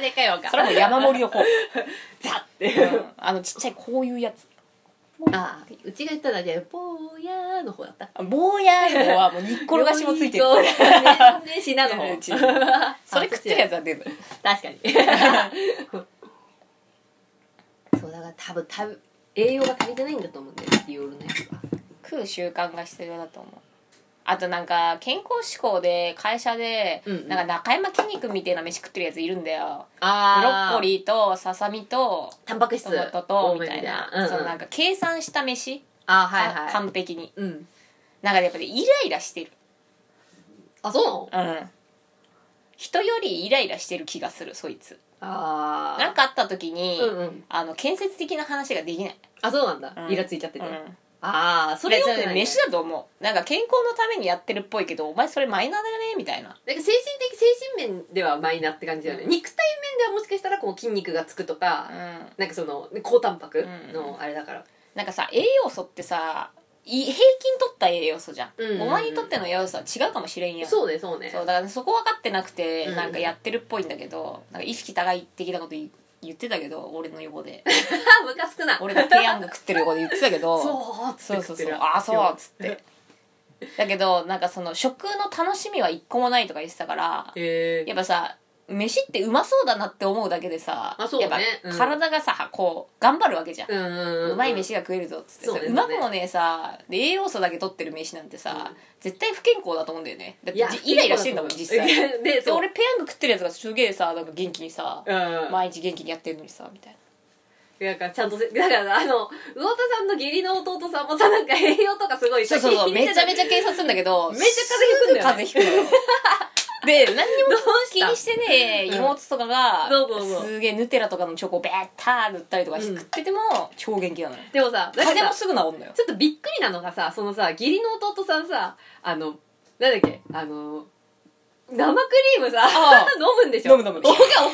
Speaker 1: でかいわか
Speaker 2: それはもう山盛りの方、うん、
Speaker 1: ザッて
Speaker 2: あのちっちゃいこういうやつ
Speaker 1: ああうちが言ったのはじゃあぼーやーの方だった
Speaker 2: 坊やの方はもう煮っ転がしもついてる
Speaker 1: よーやーねしなの
Speaker 2: う
Speaker 1: 方
Speaker 2: ちそれ食ってるやつはデブ
Speaker 1: 確かに そうだから多分多分栄養が足りてないんだと思うんだよディオールのやつは
Speaker 2: 食う習慣が必要だと思うあとなんか健康志向で会社で
Speaker 1: うんうん
Speaker 2: なんか中山きんに君みたいな飯食ってるやついるんだよブロ
Speaker 1: あ
Speaker 2: ッコリーとささみと
Speaker 1: タンパク質
Speaker 2: トマトと
Speaker 1: 多め
Speaker 2: みたいな
Speaker 1: うんうん
Speaker 2: そのなんか計算した飯
Speaker 1: あはい
Speaker 2: か
Speaker 1: はい
Speaker 2: 完璧に
Speaker 1: うん
Speaker 2: なんかやっぱりイライラしてる
Speaker 1: あそうなの
Speaker 2: うん人よりイライラしてる気がするそいつ
Speaker 1: あ
Speaker 2: なんかあった時に、
Speaker 1: うんうん
Speaker 2: あの建設的な話ができない、
Speaker 1: あそうなんだ、
Speaker 2: うん
Speaker 1: イラついちゃって
Speaker 2: う
Speaker 1: て、
Speaker 2: ん、
Speaker 1: ああそ
Speaker 2: そ
Speaker 1: れ
Speaker 2: れ
Speaker 1: よく
Speaker 2: ね
Speaker 1: ないね
Speaker 2: 飯だと思うなんか健康のためにやってるっぽいけどお前それマイナーだよねみたいな
Speaker 1: なんか精神的精神面ではマイナーって感じだよね、
Speaker 2: うん
Speaker 1: 肉体面ではもしかしたらこう筋肉がつくとか、
Speaker 2: うん
Speaker 1: なんかその高タンパク
Speaker 2: うん
Speaker 1: のあれだから、
Speaker 2: なんかさ栄養素ってさい平均取った栄養素じゃん、
Speaker 1: うんうんうん
Speaker 2: お前にとっての栄養素は違うかもしれんやん
Speaker 1: そうねそうね
Speaker 2: そうだからそこ分かってなくて
Speaker 1: うん
Speaker 2: なんかやってるっぽいんだけどなんか意識高い的なこと言言ってたけど俺の横で
Speaker 1: あムカつくな
Speaker 2: 俺がペヤング食ってる横で言ってたけ ど
Speaker 1: そうっつ
Speaker 2: そ
Speaker 1: っ
Speaker 2: う
Speaker 1: て食
Speaker 2: そう
Speaker 1: って
Speaker 2: そう
Speaker 1: る
Speaker 2: ああそうっつってだけどなんかその食の楽しみは一個もないとか言ってたから
Speaker 1: へ
Speaker 2: や
Speaker 1: え
Speaker 2: っぱさ飯ってうまそうだなって思うだけでさ、
Speaker 1: あそうね
Speaker 2: やっ
Speaker 1: う
Speaker 2: ぱ
Speaker 1: ん
Speaker 2: 体がさこう頑張るわけじゃん、
Speaker 1: うんうん
Speaker 2: うんまい飯が食えるぞっつって
Speaker 1: そう
Speaker 2: さ
Speaker 1: ね
Speaker 2: うまくもねえさで栄養素だけ取ってる飯なんてさ、
Speaker 1: うん
Speaker 2: 絶対不健康だと思うんだよねだっ
Speaker 1: い
Speaker 2: て
Speaker 1: や
Speaker 2: じイライラしてんだもん実 際
Speaker 1: で
Speaker 2: で
Speaker 1: そう
Speaker 2: 俺ペヤング食ってるやつがすげえさなんか元気にさ、
Speaker 1: うん
Speaker 2: 毎日元気にやってるのにさみたいな
Speaker 1: なんかちゃんとせだからあの魚田さんの義理の弟さんもさなんか栄養とかすごい
Speaker 2: そうそうそう めちゃめち
Speaker 1: ゃ
Speaker 2: ゃ計算するんだけど
Speaker 1: めっちゃ風邪ひくんだよ、ね、
Speaker 2: で何にも
Speaker 1: どうし
Speaker 2: 気
Speaker 1: た
Speaker 2: にしてねえ妹とかが
Speaker 1: どうぞどうぞ
Speaker 2: すげえヌテラとかのチョコをベーター塗ったりとかし
Speaker 1: うん
Speaker 2: 食ってても超元気なのよ
Speaker 1: でもさ
Speaker 2: 風
Speaker 1: なん
Speaker 2: 邪も
Speaker 1: かさ
Speaker 2: すぐ治んのよ
Speaker 1: ちょっとびっくりなのがさそのさ義理の弟さんさあのなんだっけあの生クリームさ
Speaker 2: ああ
Speaker 1: 飲むんでしょ
Speaker 2: 飲む飲む
Speaker 1: おかおかしくない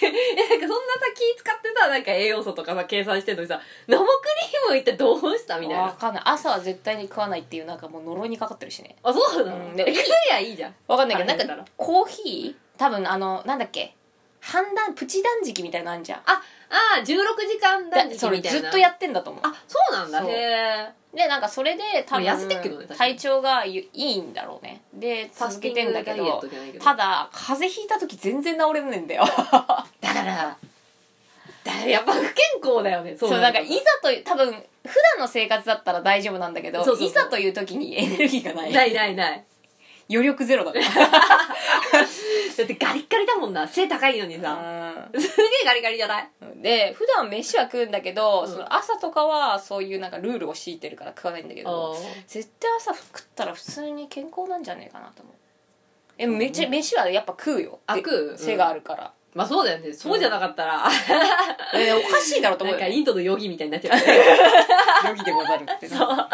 Speaker 1: えなんかそんなさ気使ってさなんか栄養素とかさ計算してんのにさ生クリーム一体どうしたみたいな
Speaker 2: わかんない朝は絶対に食わないっていうなんかもう呪いにかかってるしね
Speaker 1: あそうなの
Speaker 2: うん
Speaker 1: で
Speaker 2: で
Speaker 1: も
Speaker 2: も
Speaker 1: 食えやいいじゃん
Speaker 2: わかんないけど
Speaker 1: あ
Speaker 2: な
Speaker 1: な
Speaker 2: んか
Speaker 1: んだろう
Speaker 2: コーヒー多分あのなんだっけ判断プチ断食みたいなのあんじゃん
Speaker 1: ああ16時間断
Speaker 2: だ
Speaker 1: 食
Speaker 2: それ
Speaker 1: みたい
Speaker 2: ず
Speaker 1: な
Speaker 2: っとやってんだと思う
Speaker 1: あそうなんだ
Speaker 2: そう
Speaker 1: へえ
Speaker 2: でなんかそれで多分
Speaker 1: まあ痩せてっけどね確かに
Speaker 2: 体調がいいんだろうねで続けてんだけ
Speaker 1: ファスティングダイエッ
Speaker 2: ど
Speaker 1: トじゃないけど
Speaker 2: ただ風邪ひいた時全然治れねえんだよ
Speaker 1: だからだからやっぱ不健康だよね
Speaker 2: そうなんかいざという多分普段の生活だったら大丈夫なんだけど
Speaker 1: そうそうそう
Speaker 2: ざという時にエネルギーがない
Speaker 1: ないないない
Speaker 2: 余力ゼ ロだか
Speaker 1: だってガリッガリだもんな背高いのにさ、
Speaker 2: ら
Speaker 1: すげえガリガリじゃない
Speaker 2: で普段飯は食うんだけど、
Speaker 1: うん
Speaker 2: その朝とかはそういうなんかルールを敷いてるから食わないんだけど絶対朝食ったら普通に健康なんじゃねえかなと思うえめちゃ飯はやっぱ食うよ
Speaker 1: あ
Speaker 2: で
Speaker 1: 食ううん
Speaker 2: 背があるから、
Speaker 1: まあそうだよねそうじゃなかったら、
Speaker 2: えおかしいだろうと思
Speaker 1: な
Speaker 2: うんよ
Speaker 1: か
Speaker 2: ね
Speaker 1: インドのヨギみたいになっちゃうよね
Speaker 2: 余儀でござるってな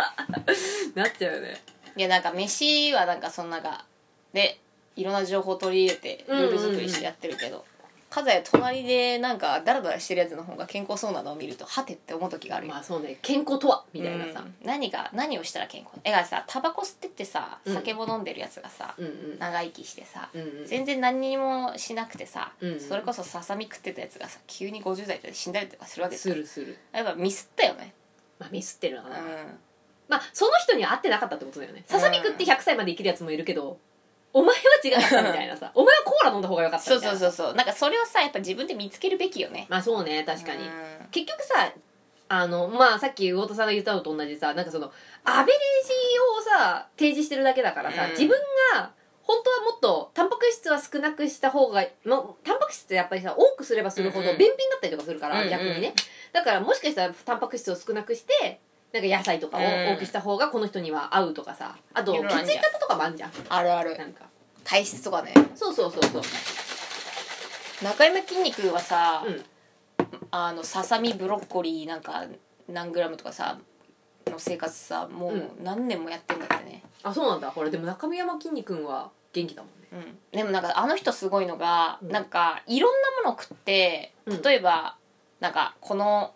Speaker 1: なっちゃうよね
Speaker 2: いやなんか飯はなんかそのなんかでいろんな情報取り入れて
Speaker 1: う
Speaker 2: ル
Speaker 1: んうんうん
Speaker 2: ール作りしてやってるけど、かざや隣でなんかダラダラしてるやつの方が健康そうなのを見るとはてって思う時があるよ、
Speaker 1: まあそうね健康とはみたいなさ
Speaker 2: う、ん何が何をしたら健康えがさタバコ吸ってってさ
Speaker 1: うん
Speaker 2: 酒も飲んでるやつがさ、
Speaker 1: うん、うん
Speaker 2: 長生きしてさ、
Speaker 1: うんうん
Speaker 2: 全然何にもしなくてさ、
Speaker 1: うんうん
Speaker 2: それこそささみ食ってたやつがさ急に50代で死んだりとかするわけですす
Speaker 1: るする
Speaker 2: やっぱミスったよね
Speaker 1: まあミスってるのか
Speaker 2: う
Speaker 1: な、
Speaker 2: ん
Speaker 1: まあその人には合ってなかったってことだよねささみ食って100歳まで生きるやつもいるけど、お前は違かったみたいなさお前はコーラ飲んだ方が良かった
Speaker 2: そ
Speaker 1: み
Speaker 2: う
Speaker 1: たいな
Speaker 2: そうそうそうなんかそれをさやっぱ自分で見つけるべきよね
Speaker 1: まあそうね確かに、
Speaker 2: うん
Speaker 1: 結局さあのまあさっき魚田さんが言ったのと同じさなんかそのアベレージをさ提示してるだけだからさ、
Speaker 2: うん
Speaker 1: 自分が本当はもっとタンパク質は少なくした方がもうタンパク質ってやっぱりさ多くすればするほど
Speaker 2: うんう
Speaker 1: 便
Speaker 2: ん
Speaker 1: 秘になったりとかするから、
Speaker 2: うんうん
Speaker 1: 逆にねだからもしかしたらタンパク質を少なくしてなんか野菜とかを
Speaker 2: うん
Speaker 1: 多くした方がこの人には合うとかさあと
Speaker 2: い
Speaker 1: 血
Speaker 2: ろいろあんじゃ
Speaker 1: 液
Speaker 2: ん
Speaker 1: 型とかもあるじゃん
Speaker 2: あるある
Speaker 1: なんか
Speaker 2: 体質とかね
Speaker 1: そうそうそうそう
Speaker 2: 中山筋肉はさ、
Speaker 1: うん
Speaker 2: あのささみブロッコリーなんか何グラムとかさの生活さもう
Speaker 1: う
Speaker 2: 何年もやってんだってね、
Speaker 1: あそうなんだほらでも中宮山きんに君は元気だもんね
Speaker 2: うんでもなんかあの人すごいのが、
Speaker 1: うん
Speaker 2: なんかいろんなもの食って
Speaker 1: うん
Speaker 2: 例えば、なんかこの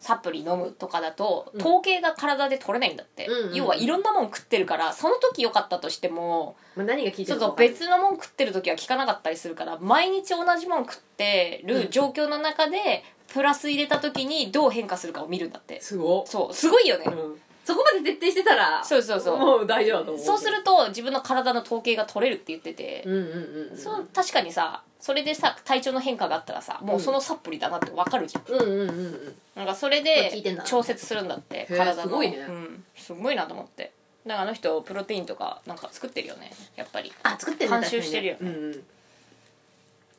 Speaker 2: サプリ飲むとかだと
Speaker 1: うん
Speaker 2: 統計が体で取れないんだって、
Speaker 1: うんうんうん
Speaker 2: 要はいろんなもん食ってるからその時良かったとしても
Speaker 1: まあ、何が聞いて
Speaker 2: ちょ
Speaker 1: る
Speaker 2: っ
Speaker 1: か
Speaker 2: と
Speaker 1: 分かんない
Speaker 2: 別のもん食ってる時は効かなかったりするから毎日同じもん食って
Speaker 1: うん
Speaker 2: る状況の中でプラス入れた時にどう変化するかを見るんだって
Speaker 1: すごっ
Speaker 2: そうすごいよね
Speaker 1: うんそこまで徹底してたら
Speaker 2: そうそうそう
Speaker 1: もう大丈夫だと思う
Speaker 2: そうすると自分の体の統計が取れるって言ってて
Speaker 1: うんうんうん
Speaker 2: そう確かにさそれでさ体調の変化があったらさもうそのサプリだなって分かるじゃん
Speaker 1: うんうんうんうん
Speaker 2: なんかそれ
Speaker 1: まあ聞い
Speaker 2: で
Speaker 1: てんだ
Speaker 2: 調節するんだって
Speaker 1: へー
Speaker 2: 体の
Speaker 1: すごいね
Speaker 2: うん、すごいなと思ってだからあの人プロテインとかなんか作ってるよねやっぱり
Speaker 1: あ作ってるね
Speaker 2: 監修してるよね
Speaker 1: 確かにねうんうん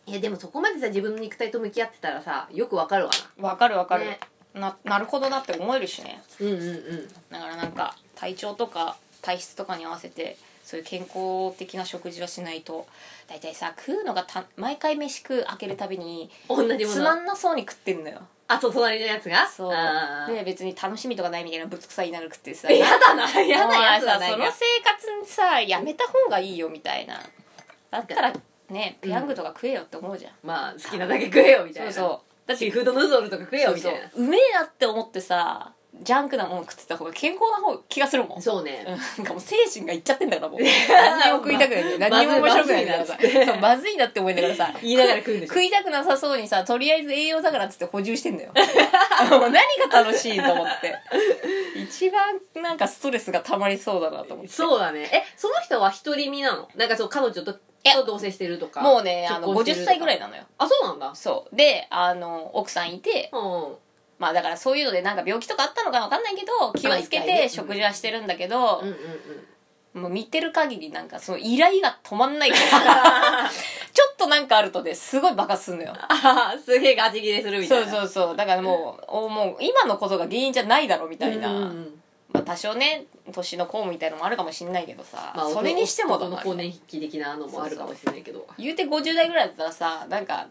Speaker 1: いやでもそこまでさ自分の肉体と向き合ってたらさよくわかるわ
Speaker 2: わかるわかる、
Speaker 1: ね
Speaker 2: ななるほどなって思えるしね
Speaker 1: なうんうんうん
Speaker 2: だからなんか体調とか体質とかに合わせてそういう健康的な食事はしないと大体さ食うのがた毎回飯食う開けるたびに
Speaker 1: 同じも
Speaker 2: つ
Speaker 1: の
Speaker 2: まんなそうに食ってんのよ
Speaker 1: あと隣のやつが
Speaker 2: そう
Speaker 1: あー
Speaker 2: で別に楽しみとかないみたいなぶつくさいながら食ってさ
Speaker 1: やだ なやだやつだな
Speaker 2: お前さ
Speaker 1: い
Speaker 2: その生活にさやめた方がいいよみたいなだったらねペヤングとか食えよって思うじゃん、
Speaker 1: まあ好きなだけ食えよみたい
Speaker 2: そう
Speaker 1: な
Speaker 2: そうだって
Speaker 1: シーフードヌードルとか食えよみたいな
Speaker 2: そうそううめえなって思ってさジャンクなもの食ってた方が健康な方気がするもん
Speaker 1: そうね
Speaker 2: なんかもう精神がいっちゃってんだからもう何にも食いたくないんだよ何にも面白くないんだからさ
Speaker 1: まずいまずいなっつって
Speaker 2: そうまずいなって思いながらさ
Speaker 1: 言いながら食うんでしょ
Speaker 2: 食いたくなさそうにさとりあえず栄養だからっつって補充してんだよもう何が楽しいと 思って一番なんかストレスがたまりそうだなと思って
Speaker 1: そうだねえその人は独り身なのなんかそう彼女と
Speaker 2: や
Speaker 1: と同棲してるとか
Speaker 2: もうねあの
Speaker 1: 結婚してる
Speaker 2: 50
Speaker 1: とか
Speaker 2: 歳ぐらいなのよ
Speaker 1: あそうなんだ
Speaker 2: そうであの奥さんいて
Speaker 1: うん
Speaker 2: まあだからそういうのでなんか病気とかあったのかわかんないけど気をつけ
Speaker 1: まあ一回ね
Speaker 2: て食事はしてるんだけど、
Speaker 1: うんうんうん
Speaker 2: もう見てる限りなんかその依頼が止まんないからちょっとなんかあるとですごいバカすんのよ
Speaker 1: ああすげえガチ切れするみた
Speaker 2: そ
Speaker 1: いうな
Speaker 2: そうそうだからもうおもう今のことが原因じゃないだろうみたい
Speaker 1: う
Speaker 2: な、
Speaker 1: んうんうん
Speaker 2: まあ、多少ね年の功みたいのもあるかもしんないけどさ、
Speaker 1: まあ
Speaker 2: それにしてもだ
Speaker 1: 男
Speaker 2: な
Speaker 1: の更年期的なのもあるかもしれないけど
Speaker 2: 言うて50代ぐらいだったらさなんか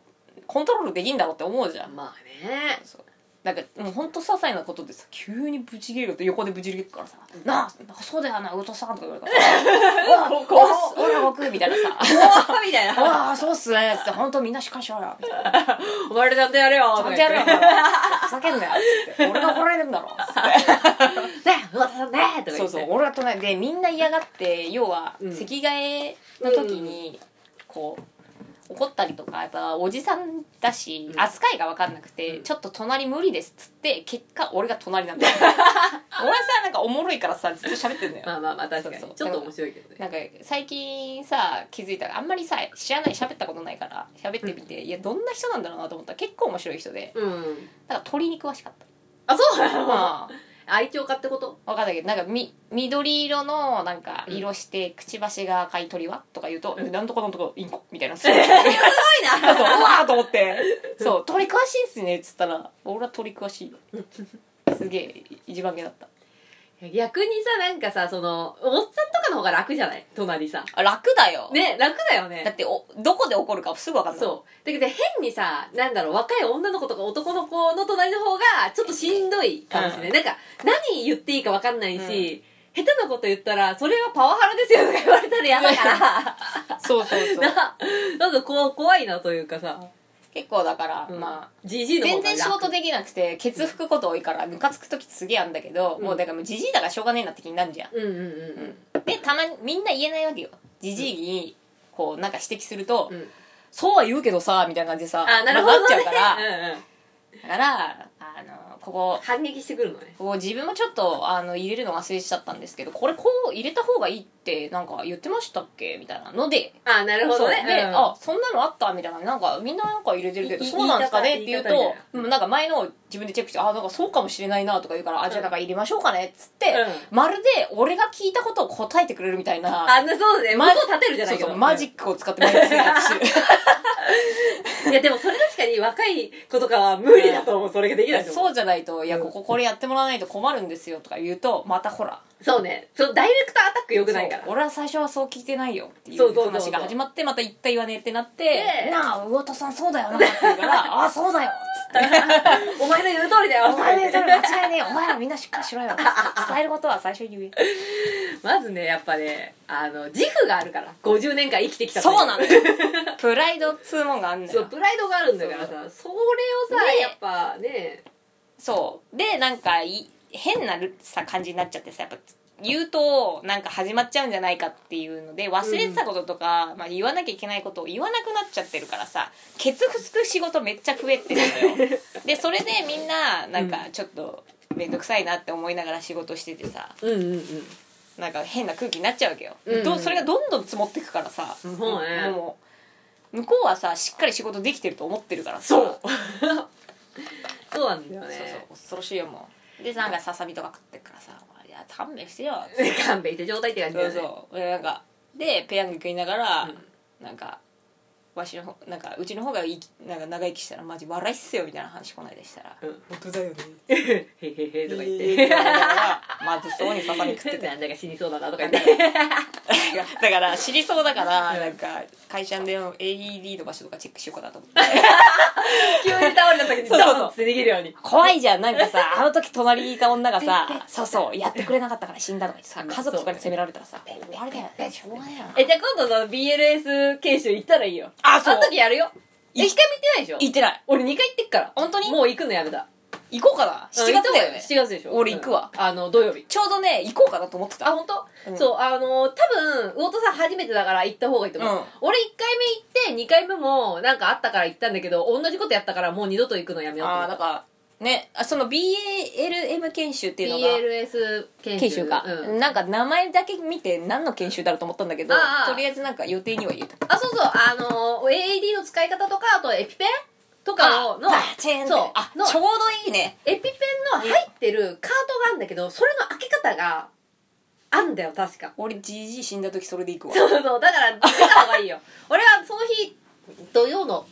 Speaker 2: コントロールできんだろうって思うじゃん、
Speaker 1: まあね
Speaker 2: そうなんかもうほんと些細なことでさ急にブチギレると横でブチギレるからさ「なあそうだよなウトさん」とか言われ たらさ「うわ
Speaker 1: 怖っ
Speaker 2: お俺僕」みたいなさ
Speaker 1: おーみたい
Speaker 2: 「
Speaker 1: な
Speaker 2: ああそうっすね」つって「ほんとみんなしっかりしろよ」みたいな
Speaker 1: お前らちゃんとやれよ
Speaker 2: 「ちゃんとやるよ」
Speaker 1: とか
Speaker 2: ふざけんなよ」つって「俺が怒られるんだろ」つって
Speaker 1: 言ってねうわさんねとか言って
Speaker 2: そうそう俺は隣でみんな嫌がって要は
Speaker 1: うん
Speaker 2: 席替えの時にこう怒ったりとかやっぱおじさんだし
Speaker 1: うん
Speaker 2: 扱いが分かんなくて、
Speaker 1: うん
Speaker 2: ちょっと隣無理ですっつって結果俺が 隣なんだよ俺はさなんかおもろいからさずっと喋ってんだよ
Speaker 1: まあまあまあ確かに
Speaker 2: そうそう
Speaker 1: ちょっと面白いけどね
Speaker 2: なんか最近さ気づいたらあんまりさ知らない喋ったことないから喋ってみて、いやどんな人なんだろうなと思ったら結構面白い人で
Speaker 1: うん
Speaker 2: なんか鳥に詳しかった
Speaker 1: あそうなの
Speaker 2: まあ
Speaker 1: 愛鳥家ってこと
Speaker 2: 分かんないけどなんかみ緑色のなんか色して、くちばしが赤い鳥はとか言うと、えなんとかなんとかインコみたいなすごいな そううわーと思ってそう鳥詳しいっすねっつったら俺は鳥詳しいよすげえ一番毛だった
Speaker 1: 逆にさなんかさそのおっさんとかの方が楽じゃない隣さ
Speaker 2: あ楽だよ、
Speaker 1: ね楽だよ
Speaker 2: だ
Speaker 1: ね
Speaker 2: っておどこで起こるかすぐ分かんない
Speaker 1: そうだけど変にさなんだろう若い女の子とか男の子の隣の方がちょっとしんどいかもしれない、なんか何言っていいか分かんないし、下手なこと言ったらそれはパワハラですよとか言われたら嫌だから
Speaker 2: そうそうそう
Speaker 1: ななんかこう怖いなというかさ
Speaker 2: 結構だから、
Speaker 1: うん
Speaker 2: まあ
Speaker 1: じじいの方
Speaker 2: 全
Speaker 1: が楽
Speaker 2: 然仕事できなくてケツ吹くこと多いからムカつく時すげえあんだけど、
Speaker 1: うん
Speaker 2: もうだからもうじじいだからしょうがねえなって気になるじゃん
Speaker 1: うんうんうん
Speaker 2: でたまにみんな言えないわけよじじいにこうなんか指摘すると、
Speaker 1: うん、うん、
Speaker 2: そうは言うけどさみたいな感じでさ
Speaker 1: あなるほど、ね、
Speaker 2: っちゃうから、
Speaker 1: うんうん、
Speaker 2: だからあのここ
Speaker 1: 反撃してくるのね
Speaker 2: ここ自分もちょっとあの入れるの忘れちゃったんですけどこれこう入れた方がいいってなんか言ってましたっけみたいなので
Speaker 1: あなるほ
Speaker 2: そ
Speaker 1: ど
Speaker 2: う
Speaker 1: ね
Speaker 2: で、
Speaker 1: うん
Speaker 2: あそんなのあったみたいななんかみんななんか入れてるけど
Speaker 1: いい
Speaker 2: そうなんですかねっ
Speaker 1: 言
Speaker 2: て
Speaker 1: い方
Speaker 2: 言うと
Speaker 1: 言い方みたい
Speaker 2: でもなんか前のを自分でチェックしてあなんかそうかもしれないなとか言うから、あじゃあなんか入れましょうかねっつって、
Speaker 1: う
Speaker 2: まるで俺が聞いたことを答えてくれるみたいな
Speaker 1: あんなそうだね
Speaker 2: マジ
Speaker 1: 幕を立てるじゃないけど
Speaker 2: そうそうマジックを使って毎日生活してる
Speaker 1: いやでもそれ確かに若い子とかは無理だと思うそれができ
Speaker 2: い
Speaker 1: な
Speaker 2: や
Speaker 1: いと思う
Speaker 2: そうじゃないと「いやこここれやってもらわないと困るんですよ」とか言うとまたほら
Speaker 1: そうねそのダイレクトアタックよくないから
Speaker 2: そう俺は最初はそう聞いてないよってい
Speaker 1: そうそう
Speaker 2: う
Speaker 1: そうそう
Speaker 2: 話が始まってまた言った言わねえってなって
Speaker 1: で
Speaker 2: 「なあ魚田さんそうだよな」って言うから「 ああそうだよ」っつって
Speaker 1: お前の言う通りだ
Speaker 2: 「
Speaker 1: よ
Speaker 2: お前の言う通り間違いねえお前らみんなしっかりし ろよ」っつ って伝えることは最初に言え
Speaker 1: まずねやっぱねあの自負があるから50年間生きてきたとい
Speaker 2: そうなんだよ プライドっつうもんがあんねん
Speaker 1: そうプライドがあるんだからさそれをさ、
Speaker 2: ね
Speaker 1: やっぱね
Speaker 2: そうでなんかい変なるさ感じになっちゃってさやっぱ言うとなんか始まっちゃうんじゃないかっていうので忘れてたこととか、まあ、言わなきゃいけないことを言わなくなっちゃってるからさケツふつく仕事めっちゃ増えてる のよでそれでみんななんかちょっと面倒くさいなって思いながら仕事しててさ
Speaker 1: うんうんうん
Speaker 2: なんか変な空気になっちゃうわけよ、
Speaker 1: うんうん
Speaker 2: どそれがどんどん積もってくからさ、
Speaker 1: うんそうね
Speaker 2: もう向こうはさしっかり仕事できてると思ってるからさ
Speaker 1: そう そうなんだよね
Speaker 2: そうそう恐ろしいよもうでなんかささみとか食ってっからさ「いや勘弁してよ」
Speaker 1: 勘弁して状態って感じだよ
Speaker 2: そう
Speaker 1: ね
Speaker 2: そう俺なんかでペヤング食いながら、
Speaker 1: うん
Speaker 2: なんかわしのほなんかうちの方がいきなんか長生きしたらマジ笑いっすよみたいな話こないでしたら「
Speaker 1: うん
Speaker 2: 本当だよね」
Speaker 1: へへへとか言っ
Speaker 2: 言い
Speaker 1: て
Speaker 2: ながらまずそうにささみ食って て
Speaker 1: なんだか死にそうだなとか言って
Speaker 2: だから知りそうだから、
Speaker 1: うん
Speaker 2: なんか会社での AED の場所とかチェックしようかなと思って
Speaker 1: 急に倒れた時に
Speaker 2: そうそうそう
Speaker 1: ドンって逃げるように
Speaker 2: 怖いじゃんなんかさあの時隣にいた女がさそうそうやってくれなかったから死んだとか言ってさ家族とかに責められたらさ終わりだよねしょうがないよな
Speaker 1: えじゃあ今度の BLS 研修行ったらいいよ
Speaker 2: あ
Speaker 1: あの時やるよえ一回も行ってないでしょ
Speaker 2: 行ってない
Speaker 1: 俺2回行ってっから
Speaker 2: 本当に
Speaker 1: もう行くのやめた
Speaker 2: 行こうかな7月だよね
Speaker 1: 7月でしょ
Speaker 2: 俺行くわ
Speaker 1: うんあの土曜日
Speaker 2: ちょうどね行こうかなと思ってた
Speaker 1: あ本当、
Speaker 2: うん
Speaker 1: そうあのー多分魚田さん初めてだから行った方がいいと思う、
Speaker 2: うん
Speaker 1: 俺1回目行って2回目もなんかあったから行ったんだけど同じことやったからもう二度と行くのやめようと
Speaker 2: あ
Speaker 1: 思
Speaker 2: あ
Speaker 1: っ
Speaker 2: だ
Speaker 1: た
Speaker 2: からねあその BALM 研修っていうのが
Speaker 1: PLS 研修
Speaker 2: 研修か、
Speaker 1: うん、
Speaker 2: なんか名前だけ見て何の研修だろうと思ったんだけど
Speaker 1: ああ
Speaker 2: とりあえずなんか予定には入れた
Speaker 1: あそうそうあのー AAD の使い方とかあとエピペンとかをの
Speaker 2: バーチェーン
Speaker 1: そう
Speaker 2: あ
Speaker 1: の
Speaker 2: ちょうどいいね
Speaker 1: エピペンの入ってるカートがあるんだけどそれの開け方があんだよ確か
Speaker 2: 俺じじい死んだ時それで行くわ
Speaker 1: そうそうだから出た方がいいよ俺はその日土曜の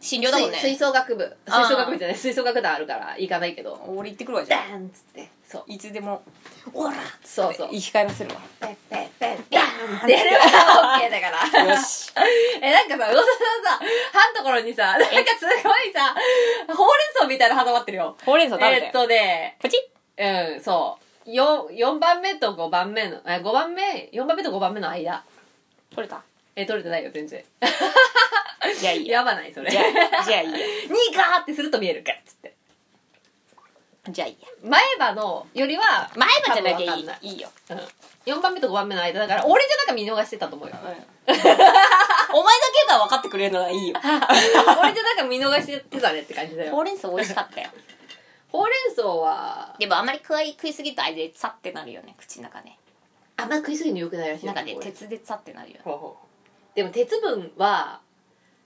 Speaker 2: 診療だもん
Speaker 1: 吹吹
Speaker 2: ね
Speaker 1: 奏楽部
Speaker 2: あー
Speaker 1: 吹奏楽部じゃない吹奏楽団あるから行かないけど
Speaker 2: 俺行ってくるわじ
Speaker 1: ダ
Speaker 2: ゃあ
Speaker 1: ーンっつってそう
Speaker 2: いつでも「オラ!」
Speaker 1: そうそう
Speaker 2: 生き返らせるわ
Speaker 1: ペッペッペッダーンってやれば OK だから
Speaker 2: よし
Speaker 1: え、なんかさ、魚田さんさ、歯のところにさ、なんかすごいさ、ほうれん草みたいな挟まってるよ。
Speaker 2: ほうれん草食べて、
Speaker 1: えーっとね、
Speaker 2: プチッ
Speaker 1: うん、そう。よ、4番目と5番目の、え、5番目、4番目と5番目の間。
Speaker 2: 取れた
Speaker 1: え、取れてないよ、全然。
Speaker 2: じゃあいいや
Speaker 1: やばない、それ。
Speaker 2: じゃあじゃあい いや
Speaker 1: にガーってすると見えるかっつって。
Speaker 2: じゃあいいや
Speaker 1: 前歯のよりは、
Speaker 2: 前歯じゃなき
Speaker 1: 多分わ
Speaker 2: ゃ
Speaker 1: か
Speaker 2: い
Speaker 1: んない
Speaker 2: いいいよ、
Speaker 1: 4番目と5番目の間だから、俺じゃなんか見逃してたと思うよ。
Speaker 2: お前だけが分かってくれるのがいいよ
Speaker 1: 俺じゃなんか見逃してたねって感じだ
Speaker 2: ほ
Speaker 1: よ。
Speaker 2: うれん草美味しかったよ
Speaker 1: ほうれん草は、
Speaker 2: でもあんまり食い食いすぎるとあれでさってなるよね口の中ね
Speaker 1: あんま食いすぎるの良くないらしいよ
Speaker 2: なんかね鉄でさってなるよね
Speaker 1: ほうほうでも鉄分は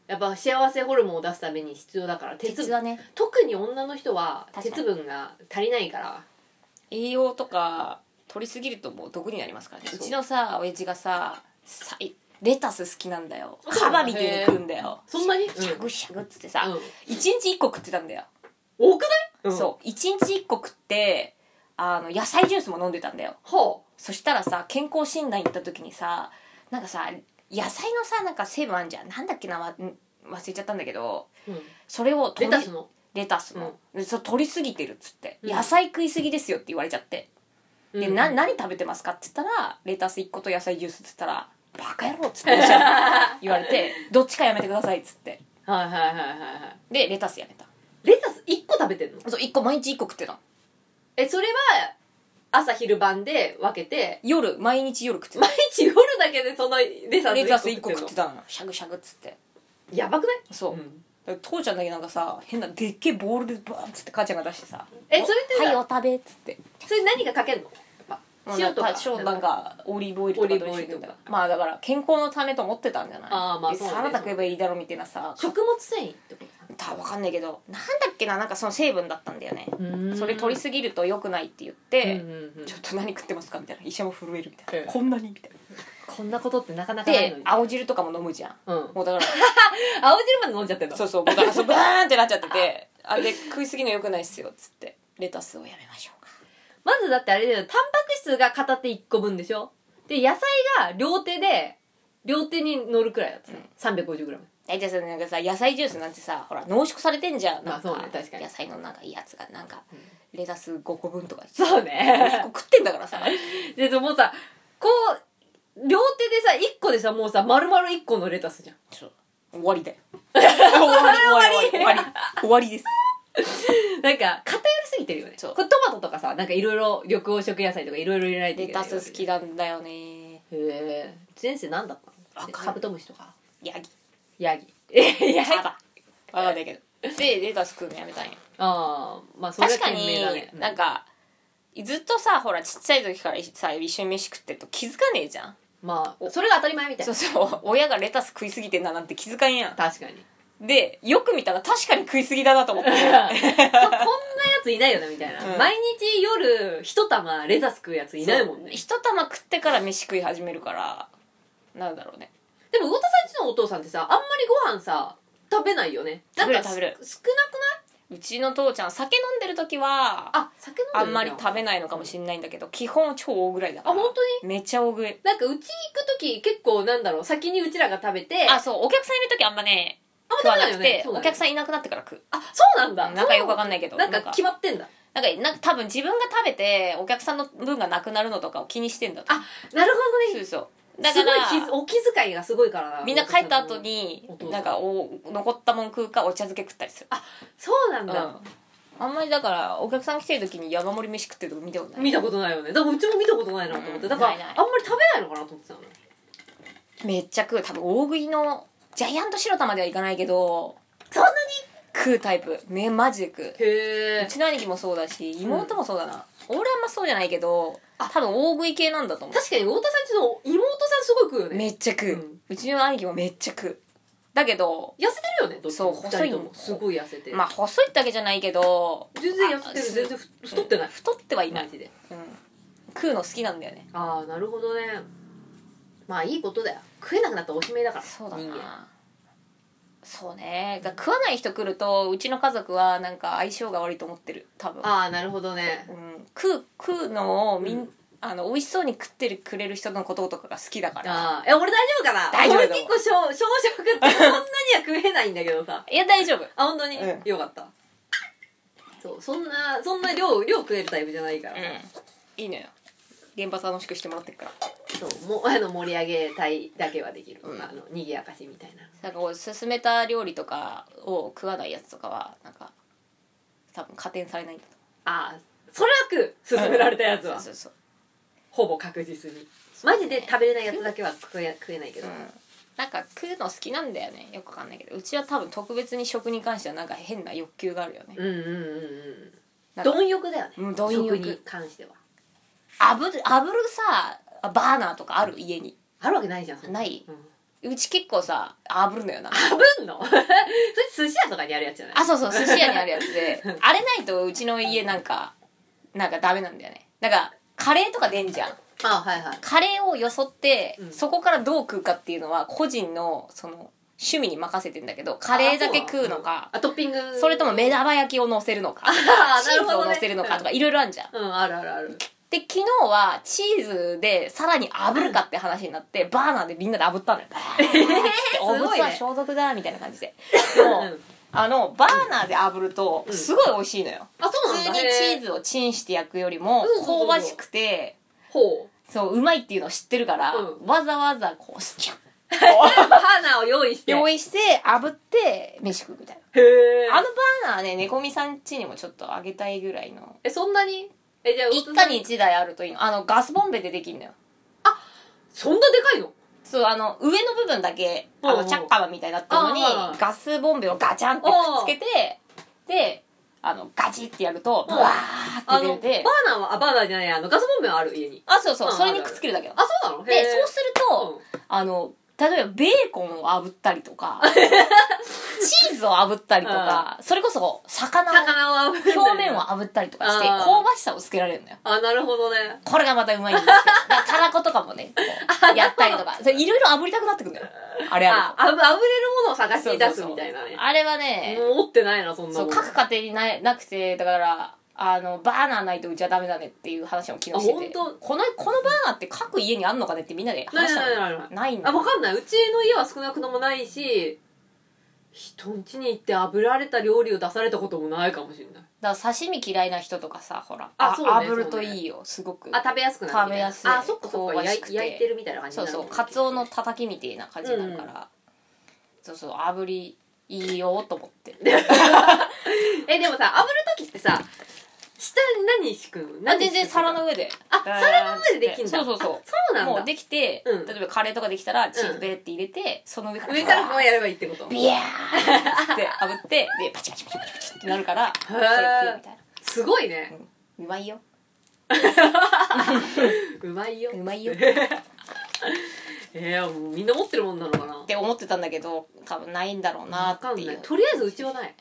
Speaker 1: やっぱ幸せホルモンを出すために必要だから鉄
Speaker 2: 鉄はね
Speaker 1: 特に女の人は
Speaker 2: 確かに
Speaker 1: 鉄分が足りないから
Speaker 2: 栄養とか取りすぎるともう毒になりますからね
Speaker 1: そう
Speaker 2: うちのさ親父がささいレタス好きなんだよ
Speaker 1: あ
Speaker 2: カバみたいに食うんだよ
Speaker 1: そんなに、うん
Speaker 2: シャグシャグっつってさ、
Speaker 1: うん
Speaker 2: 一日一個食ってたんだよ、
Speaker 1: 多くない、
Speaker 2: そう一日一個食ってあの野菜ジュースも飲んでたんだよ
Speaker 1: ほ
Speaker 2: そしたらさ健康診断行った時にさなんかさ野菜のさなんか成分あんじゃんなんだっけなわん忘れちゃったんだけど
Speaker 1: う、うん、
Speaker 2: それを取
Speaker 1: レ
Speaker 2: り
Speaker 1: タスの
Speaker 2: レタスの、でそう取りすぎてるっつって、
Speaker 1: うん
Speaker 2: 野菜食いすぎですよって言われちゃってで、
Speaker 1: うん
Speaker 2: な何食べてますかって言ったらレタス1個と野菜ジュースって言ったら「バカ野郎」っつって 言うじゃん言われて「どっちかやめてください」っつって
Speaker 1: はいはいはいはいはい
Speaker 2: でレタスやめた
Speaker 1: レタス1個食べてんの
Speaker 2: そう1個毎日1個食ってたの
Speaker 1: えそれは朝昼晩で分けて
Speaker 2: 夜毎日夜食ってた
Speaker 1: 毎日夜だけでそのレタス
Speaker 2: レタス1個食って
Speaker 1: た
Speaker 2: たのしゃぐしゃぐっつって
Speaker 1: やばくない
Speaker 2: そう、
Speaker 1: ん
Speaker 2: だから父ちゃんだけなんかさ変なでっけえボールでバーンっつって母ちゃんが出してさ「
Speaker 1: えそれって
Speaker 2: はいお食べ」っつって
Speaker 1: それ何がかけんのやっぱ塩とか
Speaker 2: 塩なんかオリーブオイルとかどうして
Speaker 1: オリーブオイルとか
Speaker 2: まあだから健康のためと思ってたんじゃない
Speaker 1: あーまあ
Speaker 2: で
Speaker 1: そうね
Speaker 2: サラダ食えばいいだろうみたいなさ
Speaker 1: 食物繊維ってこ
Speaker 2: た分かんないけどなんだっけななんかその成分だったんだよね
Speaker 1: となの
Speaker 2: それ取りすぎると良くないって言って、
Speaker 1: うんうんうん
Speaker 2: ちょっと何食ってますかみたいな医者も震えるみたい
Speaker 1: え
Speaker 2: な、
Speaker 1: え
Speaker 2: こんなにみたい
Speaker 1: こんなことってなかなか
Speaker 2: な
Speaker 1: ない
Speaker 2: で
Speaker 1: のに。
Speaker 2: 青汁とかも飲むじゃん
Speaker 1: うん。青
Speaker 2: もうだから
Speaker 1: 汁まで飲んじゃってんの
Speaker 2: そうそうもうだからそうバーンってなっちゃっててあで食いすぎの良くないっすよっつってレタスをやめましょうか
Speaker 1: まずだってあれだよ、タンパク質が片手1個分でしょで、野菜が両手で、両手に乗るくらいだったね。350g。
Speaker 2: 大体さなんかさ野菜ジュースなんてさほら濃縮されてんじゃんなんか,、
Speaker 1: まあそうね確かに
Speaker 2: 野菜のなんかいいやつがなんか、レタス5個分 とか
Speaker 1: そう
Speaker 2: 1個
Speaker 1: ね。
Speaker 2: 食ってんだからさ
Speaker 1: で、もうさ、こう、両手でさ、1個でさ、もうさ、丸々1個のレタスじゃん。
Speaker 2: そう終わり だよ終わり終わり終わり終わり終わりです
Speaker 1: なんか、偏りすぎてるよね。
Speaker 2: そう
Speaker 1: これトマトとかさ、なんかいろいろ緑黄色野菜とかいろいろ入れないといけ
Speaker 2: レ
Speaker 1: な
Speaker 2: タ
Speaker 1: いよね、
Speaker 2: ス好きなんだよね
Speaker 1: へえ。前世何だった
Speaker 2: わ
Speaker 1: の
Speaker 2: かんない
Speaker 1: カブトムシとか。
Speaker 2: ヤギ
Speaker 1: ヤギ。え、ヤギ
Speaker 2: タ。バわかんないけどでレタス食うのやめたんよ
Speaker 1: ああ、まあそれは
Speaker 2: 確か
Speaker 1: 賢明
Speaker 2: に
Speaker 1: だね。
Speaker 2: なんかずっとさほらちっちゃい時からさ一緒に飯食ってると気づかねえじゃん
Speaker 1: まあ、それが当たり前みたい
Speaker 2: そ
Speaker 1: な
Speaker 2: う。そう親がレタス食いすぎてんだなんて気づかんや
Speaker 1: 確かに。
Speaker 2: んでよく見たら確かに食いすぎだなと思って
Speaker 1: そうこんなやついないよね、みたいな。
Speaker 2: うん
Speaker 1: 毎日夜、一玉レタス食うやついないもんね。
Speaker 2: 一玉食ってから飯食い始めるからなんだろうね
Speaker 1: でも、魚田さんちのお父さんってさ、あんまりご飯さ、食べないよね。なんか
Speaker 2: 食べる食べ
Speaker 1: す少
Speaker 2: うちの父ちゃん酒飲んでる時は
Speaker 1: なく、あ、酒飲んで
Speaker 2: あ
Speaker 1: る
Speaker 2: んまり食べないのかもしれないんだけど基本超大食らいだ
Speaker 1: あ、
Speaker 2: から
Speaker 1: 本当に
Speaker 2: めっちゃ大食い
Speaker 1: なんか、うち行くとき、結構、なんだろう、先にうちらが食べて、
Speaker 2: あそうお客さんいる時あんまね
Speaker 1: あん
Speaker 2: 食
Speaker 1: ま
Speaker 2: わ
Speaker 1: 食べ
Speaker 2: な
Speaker 1: ないよね
Speaker 2: くて。
Speaker 1: そう
Speaker 2: お
Speaker 1: だよ
Speaker 2: 客
Speaker 1: ね
Speaker 2: さんいなくなってから食う
Speaker 1: あ、そうなんだ。
Speaker 2: なんかよくわかんないけど
Speaker 1: なんか決まってんだ。
Speaker 2: なんかなんか多分自分が食べてお客さんの分がなくなるのとかを気にしてんだと
Speaker 1: あ、なるほど
Speaker 2: そ
Speaker 1: ね。
Speaker 2: うそうだか
Speaker 1: すごい気
Speaker 2: ら
Speaker 1: づ、お気遣いがすごいからな。
Speaker 2: みんな帰った後に
Speaker 1: お父さん
Speaker 2: なんかお残ったもん食うかお茶漬け食ったりする
Speaker 1: そうなんだ、
Speaker 2: うんあんまりだからお客さん来てる時に山盛り飯食ってるとこ見たことない
Speaker 1: 見たことないよねだからうちも見たことないなと思ってだからあ
Speaker 2: うん
Speaker 1: ん
Speaker 2: ないない
Speaker 1: まり食べないのかなと思ってたのね
Speaker 2: めっちゃ食う多分大食いのジャイアント白玉ではいかないけどそんなに食うタイプねマジで食う
Speaker 1: へ
Speaker 2: うちの兄貴もそうだし妹もそうだな、俺あんまそうじゃないけど多分大食い系なんだと思う
Speaker 1: 確かに太田さんちの妹さんすごい食うよね
Speaker 2: めっちゃ食う、う
Speaker 1: うん
Speaker 2: ちの兄貴もめっちゃ食うだけど
Speaker 1: 痩せてるよねどっちも
Speaker 2: そう細
Speaker 1: 二
Speaker 2: い
Speaker 1: 人ともすごい痩せてる
Speaker 2: まあ細いってわけじゃないけど
Speaker 1: 全然痩せて
Speaker 2: あ
Speaker 1: る全然ふ太ってない
Speaker 2: 太ってはいない、
Speaker 1: マジで
Speaker 2: うん、食うの好きなんだよね
Speaker 1: ああなるほどねまあいいことだよ食えなくなったらおしめだから
Speaker 2: そうだ
Speaker 1: 人間
Speaker 2: なそうねだから食わない人来るとうちの家族はなんか相性が悪いと思ってる多分、
Speaker 1: ああなるほどね
Speaker 2: うん、食う食うのをみん、
Speaker 1: うん
Speaker 2: あの美味しそうに食ってくれる人のこととかが好きだから
Speaker 1: ああえ俺大丈夫かな
Speaker 2: 大丈夫
Speaker 1: 俺
Speaker 2: だ
Speaker 1: 結
Speaker 2: よ
Speaker 1: 構小小食ってそんなには食えないんだけどさ
Speaker 2: いや大丈夫
Speaker 1: あ本当に、
Speaker 2: うん
Speaker 1: よかったそうそんなそんな量量食えるタイプじゃないから、
Speaker 2: うんいいのよ現場楽しくしてもらってるから
Speaker 1: そうもうあの盛り上げたいだけはできる、
Speaker 2: うん
Speaker 1: あの賑やかしみたいな
Speaker 2: なんかこう勧めた料理とかを食わないやつとかはなんか多分加点されないんだと
Speaker 1: ああそれは食う勧められたやつは、
Speaker 2: そうそう
Speaker 1: ほぼ確実にマジで食べれないやつだけは食え食えないけ
Speaker 2: そ
Speaker 1: ど、
Speaker 2: う、うん、なんか食うの好きなんだよねよくわかんないけどうちは多分特別に食に関してはなんか変な欲求があるよね
Speaker 1: うんうんうんうん
Speaker 2: なんか
Speaker 1: 貪欲だよね、
Speaker 2: うん貪欲
Speaker 1: 食に関しては
Speaker 2: 炙る炙るさバーナーとかある家に
Speaker 1: あるわけないじゃんそん
Speaker 2: ない、
Speaker 1: うん、
Speaker 2: うち結構さ炙るのよな
Speaker 1: あぶんの それ寿司屋とかにあるやつじゃない
Speaker 2: あそうそう寿司屋にあるやつ であれないとうちの家なんかなんかダメなんだよねなんかカレーとか出んじゃん
Speaker 1: あはいはい
Speaker 2: カレーをよそって、
Speaker 1: うん
Speaker 2: そこからどう食うかっていうのは個人のその趣味に任せてんだけどカレーだけ食うのか
Speaker 1: あトッピング
Speaker 2: それとも目玉焼きを乗せるのか
Speaker 1: あー
Speaker 2: チーズ
Speaker 1: なるほ
Speaker 2: を
Speaker 1: どね
Speaker 2: 乗せるのかとかいろいろあるじゃん
Speaker 1: うんあるあるある
Speaker 2: で昨日はチーズでさらに炙るかって話になってバーナーでみんなで炙ったのよえ
Speaker 1: すごいね
Speaker 2: お物は消毒だみたいな感じででも、
Speaker 1: うん
Speaker 2: あのバーナーで炙ると
Speaker 1: うん
Speaker 2: すごい美味しいのよ、
Speaker 1: あそうなん
Speaker 2: 普通
Speaker 1: だ
Speaker 2: に
Speaker 1: へ
Speaker 2: チーズをチンして焼くよりも
Speaker 1: うんそうそうそう
Speaker 2: 香ばしくて
Speaker 1: ほう
Speaker 2: そううまいっていうのを知ってるから、
Speaker 1: うん
Speaker 2: わざわざこうス キャッ
Speaker 1: 花を用意して
Speaker 2: 用意して炙って飯食うみたいな
Speaker 1: へえ
Speaker 2: あのバーナーね猫みさん家にもちょっとあげたいぐらいの
Speaker 1: えそんなにえじゃあ
Speaker 2: 一家に1台あるといいのあのガスボンベでできんのよ
Speaker 1: そんなでかいの
Speaker 2: そうあの上の部分だけあ
Speaker 1: うんう
Speaker 2: の
Speaker 1: ん
Speaker 2: チャッカマンみたいになってるのに
Speaker 1: ああ
Speaker 2: ガスボンベをガチャンってくっつけてであのガチってやると
Speaker 1: うん
Speaker 2: ブワー
Speaker 1: あ
Speaker 2: って
Speaker 1: のバー
Speaker 2: 出て
Speaker 1: ナーはあバーナーじゃないあのガスボンベはある家に
Speaker 2: あそうそ
Speaker 1: う
Speaker 2: う
Speaker 1: ん
Speaker 2: それにくっつけるだけなの
Speaker 1: あそうなの
Speaker 2: でそう
Speaker 1: す
Speaker 2: するとあの例えばベーコンを炙ったり とかチーズを炙ったりとかそれこそ魚の
Speaker 1: 魚は炙るんだよね
Speaker 2: 表面を炙ったりとかして
Speaker 1: ああ
Speaker 2: 香ばしさをつけられるのよ
Speaker 1: あなるほどね
Speaker 2: これがまたうまいんで すよだからたらことかもねこうやったりとかそれいろいろ炙りたくなってくるんだよあれある
Speaker 1: あ
Speaker 2: と
Speaker 1: あぶ炙れるものを探し出すみたいなね
Speaker 2: あれはね
Speaker 1: もう持ってないなそんな
Speaker 2: そう
Speaker 1: もん
Speaker 2: 各家庭にないなくてだからあのバーナーないとうちはダメだねっていう話も昨日してて
Speaker 1: あ本当
Speaker 2: このこのバーナーって各家にあんのかねってみんなで
Speaker 1: ない
Speaker 2: 話した
Speaker 1: ないない
Speaker 2: の
Speaker 1: ない
Speaker 2: ないんだ
Speaker 1: あわかんないうちの家は少なくともないし人ん家に行って炙られた料理を出されたこともないかもしれない
Speaker 2: だから刺身嫌いな人とかさほら
Speaker 1: あ
Speaker 2: あ
Speaker 1: そうね
Speaker 2: 炙るといいよすごく
Speaker 1: あ食べやすくなるみた
Speaker 2: 食べやすい
Speaker 1: あそっかそっ
Speaker 2: 香
Speaker 1: か
Speaker 2: ばし
Speaker 1: 焼
Speaker 2: く
Speaker 1: い
Speaker 2: て
Speaker 1: 焼いてるみたいな感じ
Speaker 2: そ
Speaker 1: に
Speaker 2: う
Speaker 1: なる
Speaker 2: そう
Speaker 1: の
Speaker 2: カツオのたたきみてえな感じになるから、そうそう炙りいいよと思って
Speaker 1: えでもさ炙る時ってさ下に何敷くの
Speaker 2: あ
Speaker 1: 何
Speaker 2: 全然
Speaker 1: 敷くの
Speaker 2: 皿の上で
Speaker 1: あ皿の上でできんだ
Speaker 2: そうそうそう
Speaker 1: あそうなんだ
Speaker 2: もうできて、
Speaker 1: うん
Speaker 2: 例えばカレーとかできたらチーズベーって入れて、その上から
Speaker 1: 上からこうやればいいってこと
Speaker 2: ビヤーって炙ってでパチパチパチパチパチってなるからそれ食うみたい
Speaker 1: すごいね
Speaker 2: なうまいよ
Speaker 1: うまい よ
Speaker 2: うまいよっ
Speaker 1: えー、もうみんな持ってるもんなのかな
Speaker 2: て思ってたんだけど多分ないんだろうな
Speaker 1: わか
Speaker 2: って
Speaker 1: ん
Speaker 2: い
Speaker 1: ないうとりあえずうちはない、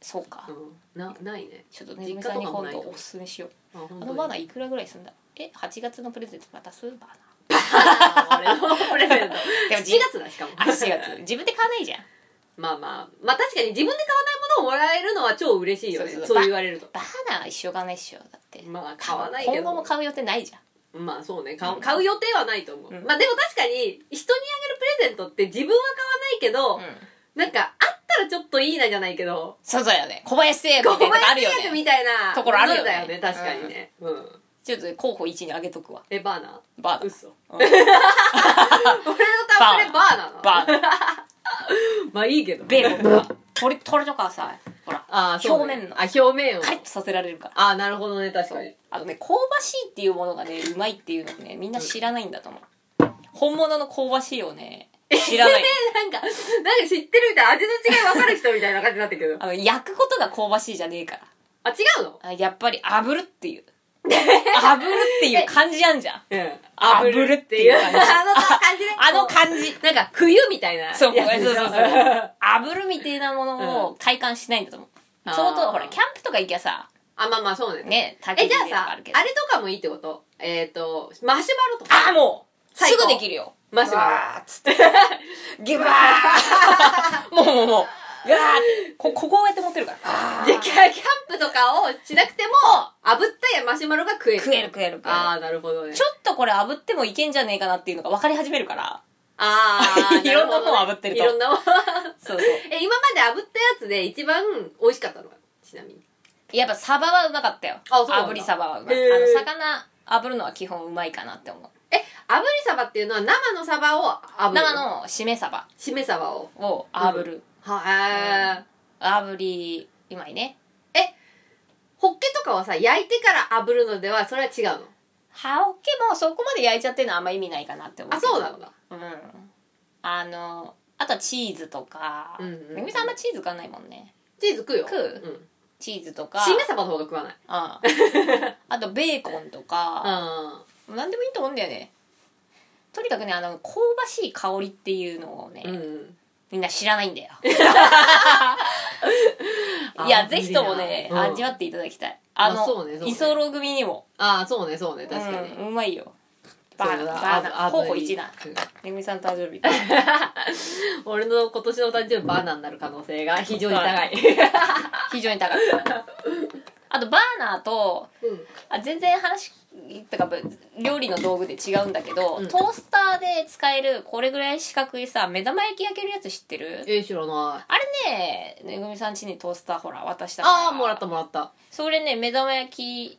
Speaker 2: そうか
Speaker 1: うん、なないね
Speaker 2: ちょっとねむさん
Speaker 1: 実
Speaker 2: に今
Speaker 1: 家とかもない
Speaker 2: 度
Speaker 1: と
Speaker 2: おすすめしよう
Speaker 1: あ本
Speaker 2: あ
Speaker 1: 当
Speaker 2: の
Speaker 1: に
Speaker 2: バーナーいくらぐらいすんだえ8月のプレゼント渡すバーナ
Speaker 1: あー俺のプレゼント
Speaker 2: でも
Speaker 1: 7
Speaker 2: じ
Speaker 1: 月だしかも
Speaker 2: ーあ4月自分で買わないじゃん
Speaker 1: まあまあまあ確かに自分で買わないものをもらえるのは超嬉しいよね
Speaker 2: そうそう
Speaker 1: そう言われると
Speaker 2: バーナーは一生買わないっしょだって
Speaker 1: まあ買わないけど
Speaker 2: 今後も買う予定ないじゃん
Speaker 1: まあそうね買う買う予定はないと思う、
Speaker 2: うん
Speaker 1: まあでも確かに人にあげるプレゼントって自分は買わないけど、なんかあったらちょっといいなじゃないけど
Speaker 2: そうだよね小林製薬
Speaker 1: 小
Speaker 2: みたいなとこある
Speaker 1: 林
Speaker 2: よ
Speaker 1: 製薬
Speaker 2: ね
Speaker 1: みたいな
Speaker 2: ところある
Speaker 1: も
Speaker 2: よね
Speaker 1: のだよね確かにねうん、
Speaker 2: ちょっと候補1にあげとくわ
Speaker 1: えバーナ
Speaker 2: バー
Speaker 1: ー
Speaker 2: ナー
Speaker 1: 嘘俺のタンプレバーナーなの
Speaker 2: バーナー
Speaker 1: まあいいけど
Speaker 2: ベーコンとか鳥鳥とかさほら
Speaker 1: ああ、そうね
Speaker 2: 表面の
Speaker 1: あ、表面を。
Speaker 2: カリッとさせられるから
Speaker 1: ああ、なるほどね、確かに。
Speaker 2: あとね香ばしいっていうものがねうまいっていうのをねみんな知らないんだと思う、本物の香ばしいをね知らない
Speaker 1: なんか、なんか知ってるみたいな、味の違い分かる人みたいな感じになってるけど。
Speaker 2: あの焼くことが香ばしいじゃねえから
Speaker 1: あ、違うの
Speaker 2: あやっぱり炙るっていう炙るっていう感じあんじゃん
Speaker 1: うん。
Speaker 2: 炙るっていう感じ
Speaker 1: あの感じね。
Speaker 2: あの感じ
Speaker 1: なんか、冬みたいな。
Speaker 2: そう
Speaker 1: やつでし
Speaker 2: そ
Speaker 1: ょ
Speaker 2: うそうそう炙るみたいなものを体感しないんだと思う、
Speaker 1: うん
Speaker 2: 相
Speaker 1: あー
Speaker 2: 当ほらキャンプとか行きゃさ
Speaker 1: あ、まあまあ、そうね。
Speaker 2: ね焚
Speaker 1: え、
Speaker 2: き
Speaker 1: じゃあ
Speaker 2: 火とか
Speaker 1: さ、
Speaker 2: あ
Speaker 1: あ
Speaker 2: る
Speaker 1: れ
Speaker 2: けど
Speaker 1: とかもいいってことえっ、と、マシュマロとか。
Speaker 2: ああもう
Speaker 1: 最
Speaker 2: す
Speaker 1: 高
Speaker 2: ぐできるよ
Speaker 1: マシュマ
Speaker 2: わーっつってギブワ ーもうもうもうわーってこここうやって持ってるから
Speaker 1: ロ。じゃあキャキャンプとかをしなくても、炙ったやマシュマロが食える。
Speaker 2: 食える食える食え
Speaker 1: あ
Speaker 2: る
Speaker 1: あ、なるほどね。
Speaker 2: ちょっとこれ炙ってもいけんじゃねえかなっていうのが分かり始めるから
Speaker 1: ああ、
Speaker 2: いろんなもん炙ってると
Speaker 1: いろんなもん。
Speaker 2: そうそう
Speaker 1: え、今まで炙ったやつで一番美味しかったのはちなみに。
Speaker 2: やっぱサバはうまかったよ
Speaker 1: あそうなんだ
Speaker 2: 炙りサバはうまい
Speaker 1: へー
Speaker 2: あの魚炙るのは基本うまいかなって思う
Speaker 1: え、炙りサバっていうのは生のサバを炙る。
Speaker 2: 生。のしめサバ
Speaker 1: しめサバを。
Speaker 2: を炙る、
Speaker 1: は
Speaker 2: 炙りうまいね
Speaker 1: ホッケとかはさ、焼いてから炙るのでは、それは違うの。
Speaker 2: ハオケもそこまで焼いちゃってるのはあんま意味ないかなって思う
Speaker 1: あ、そうなのだ。
Speaker 2: うんあのあとはチーズとか、
Speaker 1: うんうん
Speaker 2: めぐみさんあんまチーズ食わないもんね
Speaker 1: チーズ食うよ。。
Speaker 2: 食うんチーズとか
Speaker 1: し めサバの方が食わない。
Speaker 2: ああとベーコンとか、
Speaker 1: あ
Speaker 2: もう何でもいいと思うんだよねとにかくねあの香ばしい香りっていうのをね、
Speaker 1: うんうん。
Speaker 2: みんな知らないんだよい
Speaker 1: あ
Speaker 2: や
Speaker 1: ー
Speaker 2: ぜひともね、
Speaker 1: 無理だうん
Speaker 2: 味わっていただきたいあ
Speaker 1: ま
Speaker 2: の
Speaker 1: あそうねそうね
Speaker 2: 居候組にも
Speaker 1: ああ、そうね、そうね、確かに。
Speaker 2: うんうまいよバー
Speaker 1: そう
Speaker 2: ナ
Speaker 1: だ
Speaker 2: バーナ
Speaker 1: あ
Speaker 2: 候補1だ
Speaker 1: 炙り
Speaker 2: めぐみさん誕 生日バーナ
Speaker 1: うん俺の今年の誕生日バーナーになる可能性が非常に高い。
Speaker 2: 非常に高いあとバーナーと
Speaker 1: うん
Speaker 2: あ全然話とかぶ料理の道具で違うんだけど、
Speaker 1: うん
Speaker 2: トースターで使えるこれぐらい四角いさ目玉焼き焼けるやつ知ってる
Speaker 1: えー、知らない。
Speaker 2: あれねめぐみさん家にトースターほら渡したから
Speaker 1: ああ、もらったもらった。
Speaker 2: それね目玉焼き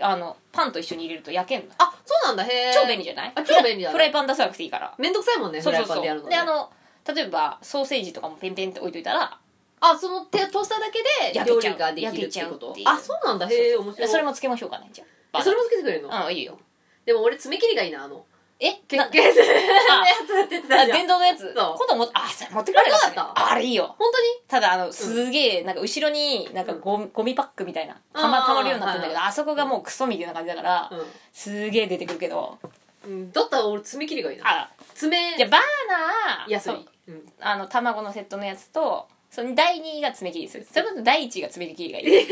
Speaker 2: あのパンと一緒に入れると焼けんの
Speaker 1: あ、そうなんだ、へえ。
Speaker 2: 超便利じゃない
Speaker 1: あ超便利だね
Speaker 2: フライパン出さなくていいから
Speaker 1: めんどくさいもんね、
Speaker 2: そ
Speaker 1: フ
Speaker 2: う
Speaker 1: ラ
Speaker 2: そ
Speaker 1: イ
Speaker 2: う
Speaker 1: パンでやる
Speaker 2: そ
Speaker 1: の
Speaker 2: う
Speaker 1: ね
Speaker 2: であの例えばソーセージとかもペンペンって置いといたら
Speaker 1: あその手トースターだけで
Speaker 2: 焼け
Speaker 1: 料
Speaker 2: ちゃう
Speaker 1: 理ができるっ
Speaker 2: 焼けち
Speaker 1: て
Speaker 2: ゃう
Speaker 1: こ
Speaker 2: っ
Speaker 1: と
Speaker 2: ていう
Speaker 1: あそうなんだへえ面白い
Speaker 2: それもつけましょうかねじゃあ
Speaker 1: えそれもつけてくれるの
Speaker 2: うんいいよ
Speaker 1: でも俺爪切りがいいなあの
Speaker 2: え
Speaker 1: け
Speaker 2: な
Speaker 1: けやつやってた
Speaker 2: あ
Speaker 1: じゃん
Speaker 2: 電動のやつ
Speaker 1: そう
Speaker 2: 今度もあそれ持ってくればよかったね
Speaker 1: あどうだ
Speaker 2: あれいいよ
Speaker 1: 本当に
Speaker 2: ただあのすげえなんか後ろになんかゴミゴミパックみたいなた
Speaker 1: あ
Speaker 2: ま
Speaker 1: ー
Speaker 2: たまるようになってんだけ
Speaker 1: は
Speaker 2: どあそこがもうクソみたいな感じだからすげえ出てくるけど
Speaker 1: うんだったら俺爪切りがいいな
Speaker 2: あ
Speaker 1: 爪
Speaker 2: じゃあバーナー
Speaker 1: 安
Speaker 2: そう
Speaker 1: いうん
Speaker 2: あの卵のセットのやつとその第2位が爪切りでするそれこそ第1位が爪切りがい い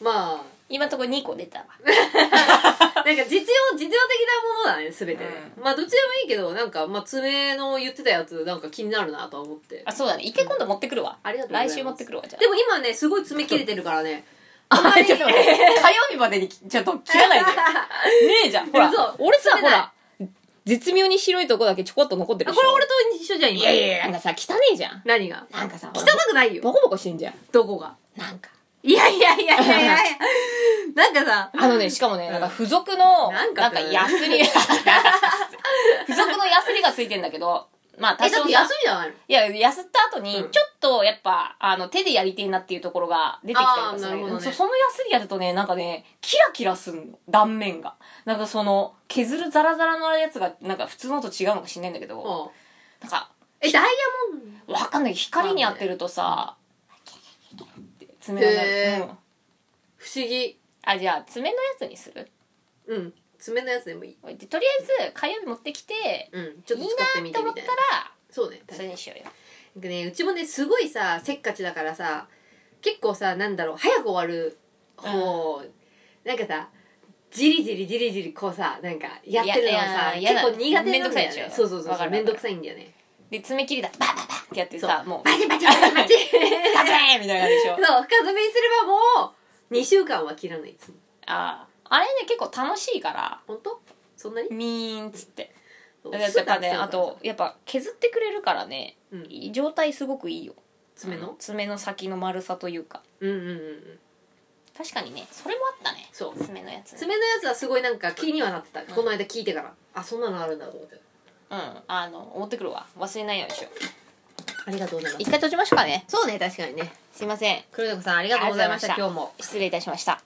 Speaker 1: ま
Speaker 2: 今のところ2個出たわ
Speaker 1: あなんか実用実用的なものだね全てまあどっちでもいいけどなんかまあ爪の言ってたやつなんか気になるなとは思って
Speaker 2: あそうだね一回今度持ってくるわ
Speaker 1: ありがとうござい
Speaker 2: 来
Speaker 1: ます
Speaker 2: 週持ってくるわじゃあ
Speaker 1: でも今ねすごい爪切れてるからね
Speaker 2: あ
Speaker 1: あんまり
Speaker 2: ちょっと 待って火曜日までにちょっと切ら ないでねえじゃんほら
Speaker 1: 嘘
Speaker 2: 俺
Speaker 1: 切
Speaker 2: さほ
Speaker 1: れない
Speaker 2: ら絶妙に白いとこだけちょこっと残ってる
Speaker 1: あ
Speaker 2: で
Speaker 1: こ
Speaker 2: し
Speaker 1: れ
Speaker 2: ょ
Speaker 1: 俺と一緒じゃん
Speaker 2: い
Speaker 1: 今
Speaker 2: やいやいやなんかさ汚ねえじゃん
Speaker 1: 何が
Speaker 2: なんかさ
Speaker 1: 汚
Speaker 2: ほら
Speaker 1: くないよ
Speaker 2: ボコボコしてんじゃん
Speaker 1: どこが
Speaker 2: なんか
Speaker 1: いやいやいやいや いやいやなんかさ、
Speaker 2: あのねしかもね
Speaker 1: ん
Speaker 2: なんか付属の
Speaker 1: な
Speaker 2: なんん
Speaker 1: か
Speaker 2: か
Speaker 1: ね
Speaker 2: ヤス リ付属のヤスリがついてんだけどまあ多
Speaker 1: え、だっ
Speaker 2: 少
Speaker 1: て
Speaker 2: さ
Speaker 1: 休みじゃないの
Speaker 2: いやヤスった後に
Speaker 1: うん
Speaker 2: ちょっとやっぱあの手でやりてえなっていうところが出てきたりとかす
Speaker 1: あーな
Speaker 2: る
Speaker 1: るほどね
Speaker 2: そそのヤスリやるとねなんかねキラキラすんの断面がなんかその削るザラザラのやつがなんか普通のと違うのか知んないんだけど
Speaker 1: うん
Speaker 2: なんか
Speaker 1: え、ダイヤモン
Speaker 2: わかんない光に当てるとさって爪がな
Speaker 1: へ
Speaker 2: る
Speaker 1: ー
Speaker 2: うん
Speaker 1: 不思議。
Speaker 2: あじゃあ爪のやつにする
Speaker 1: うん。爪のやつでもいい。
Speaker 2: でとりあえず火曜日持ってきて
Speaker 1: うん。ちょっ
Speaker 2: いい
Speaker 1: と
Speaker 2: な
Speaker 1: 使ってみ
Speaker 2: ってて思
Speaker 1: み
Speaker 2: った
Speaker 1: たい
Speaker 2: ら
Speaker 1: な。そうね。
Speaker 2: それにしようよ
Speaker 1: なんかね、うちもね、すごいさ、せっかちだからさ、結構さ、なんだろう、早く終わる方、なんかさ、じりじりじりじりこうさ、なんか、やってるのさ、
Speaker 2: いやいや
Speaker 1: 結構苦手
Speaker 2: めん
Speaker 1: な
Speaker 2: ど
Speaker 1: ん
Speaker 2: く
Speaker 1: だ
Speaker 2: さい
Speaker 1: よ
Speaker 2: でしょ
Speaker 1: ね。そうそうそう
Speaker 2: わ
Speaker 1: そ
Speaker 2: か
Speaker 1: う。
Speaker 2: る
Speaker 1: めんどくさいんだよね。
Speaker 2: で爪切りだとバーバーバーってやって
Speaker 1: そう
Speaker 2: さもう
Speaker 1: バチバチバチバ チ
Speaker 2: ガチャーンみたいな感じでし
Speaker 1: そう、
Speaker 2: ょ
Speaker 1: 深爪にすればもう、2週間は切らない、いつも。
Speaker 2: あああれね結構楽しいから
Speaker 1: 本当そんなに
Speaker 2: ミーンっつって
Speaker 1: そう
Speaker 2: やっぱねあと、やっぱ削ってくれるからね
Speaker 1: うん、
Speaker 2: 状態すごくいいよ
Speaker 1: 爪の
Speaker 2: 爪の先の丸さというか
Speaker 1: うんうんうんうん
Speaker 2: 確かにねそれもあったね
Speaker 1: そう
Speaker 2: 爪のやつね
Speaker 1: 爪のやつはすごいなんか気にはなってた、この間聞いてからあそんなのあるんだと思って
Speaker 2: うんあの持ってくるわ忘れないようにしよう
Speaker 1: ありがとうございます
Speaker 2: 一回閉じましょうかね
Speaker 1: そうね確かにね
Speaker 2: すいません
Speaker 1: 黒猫さんありがとうございました
Speaker 2: ありが
Speaker 1: 今
Speaker 2: と
Speaker 1: 日も
Speaker 2: 失礼いたしました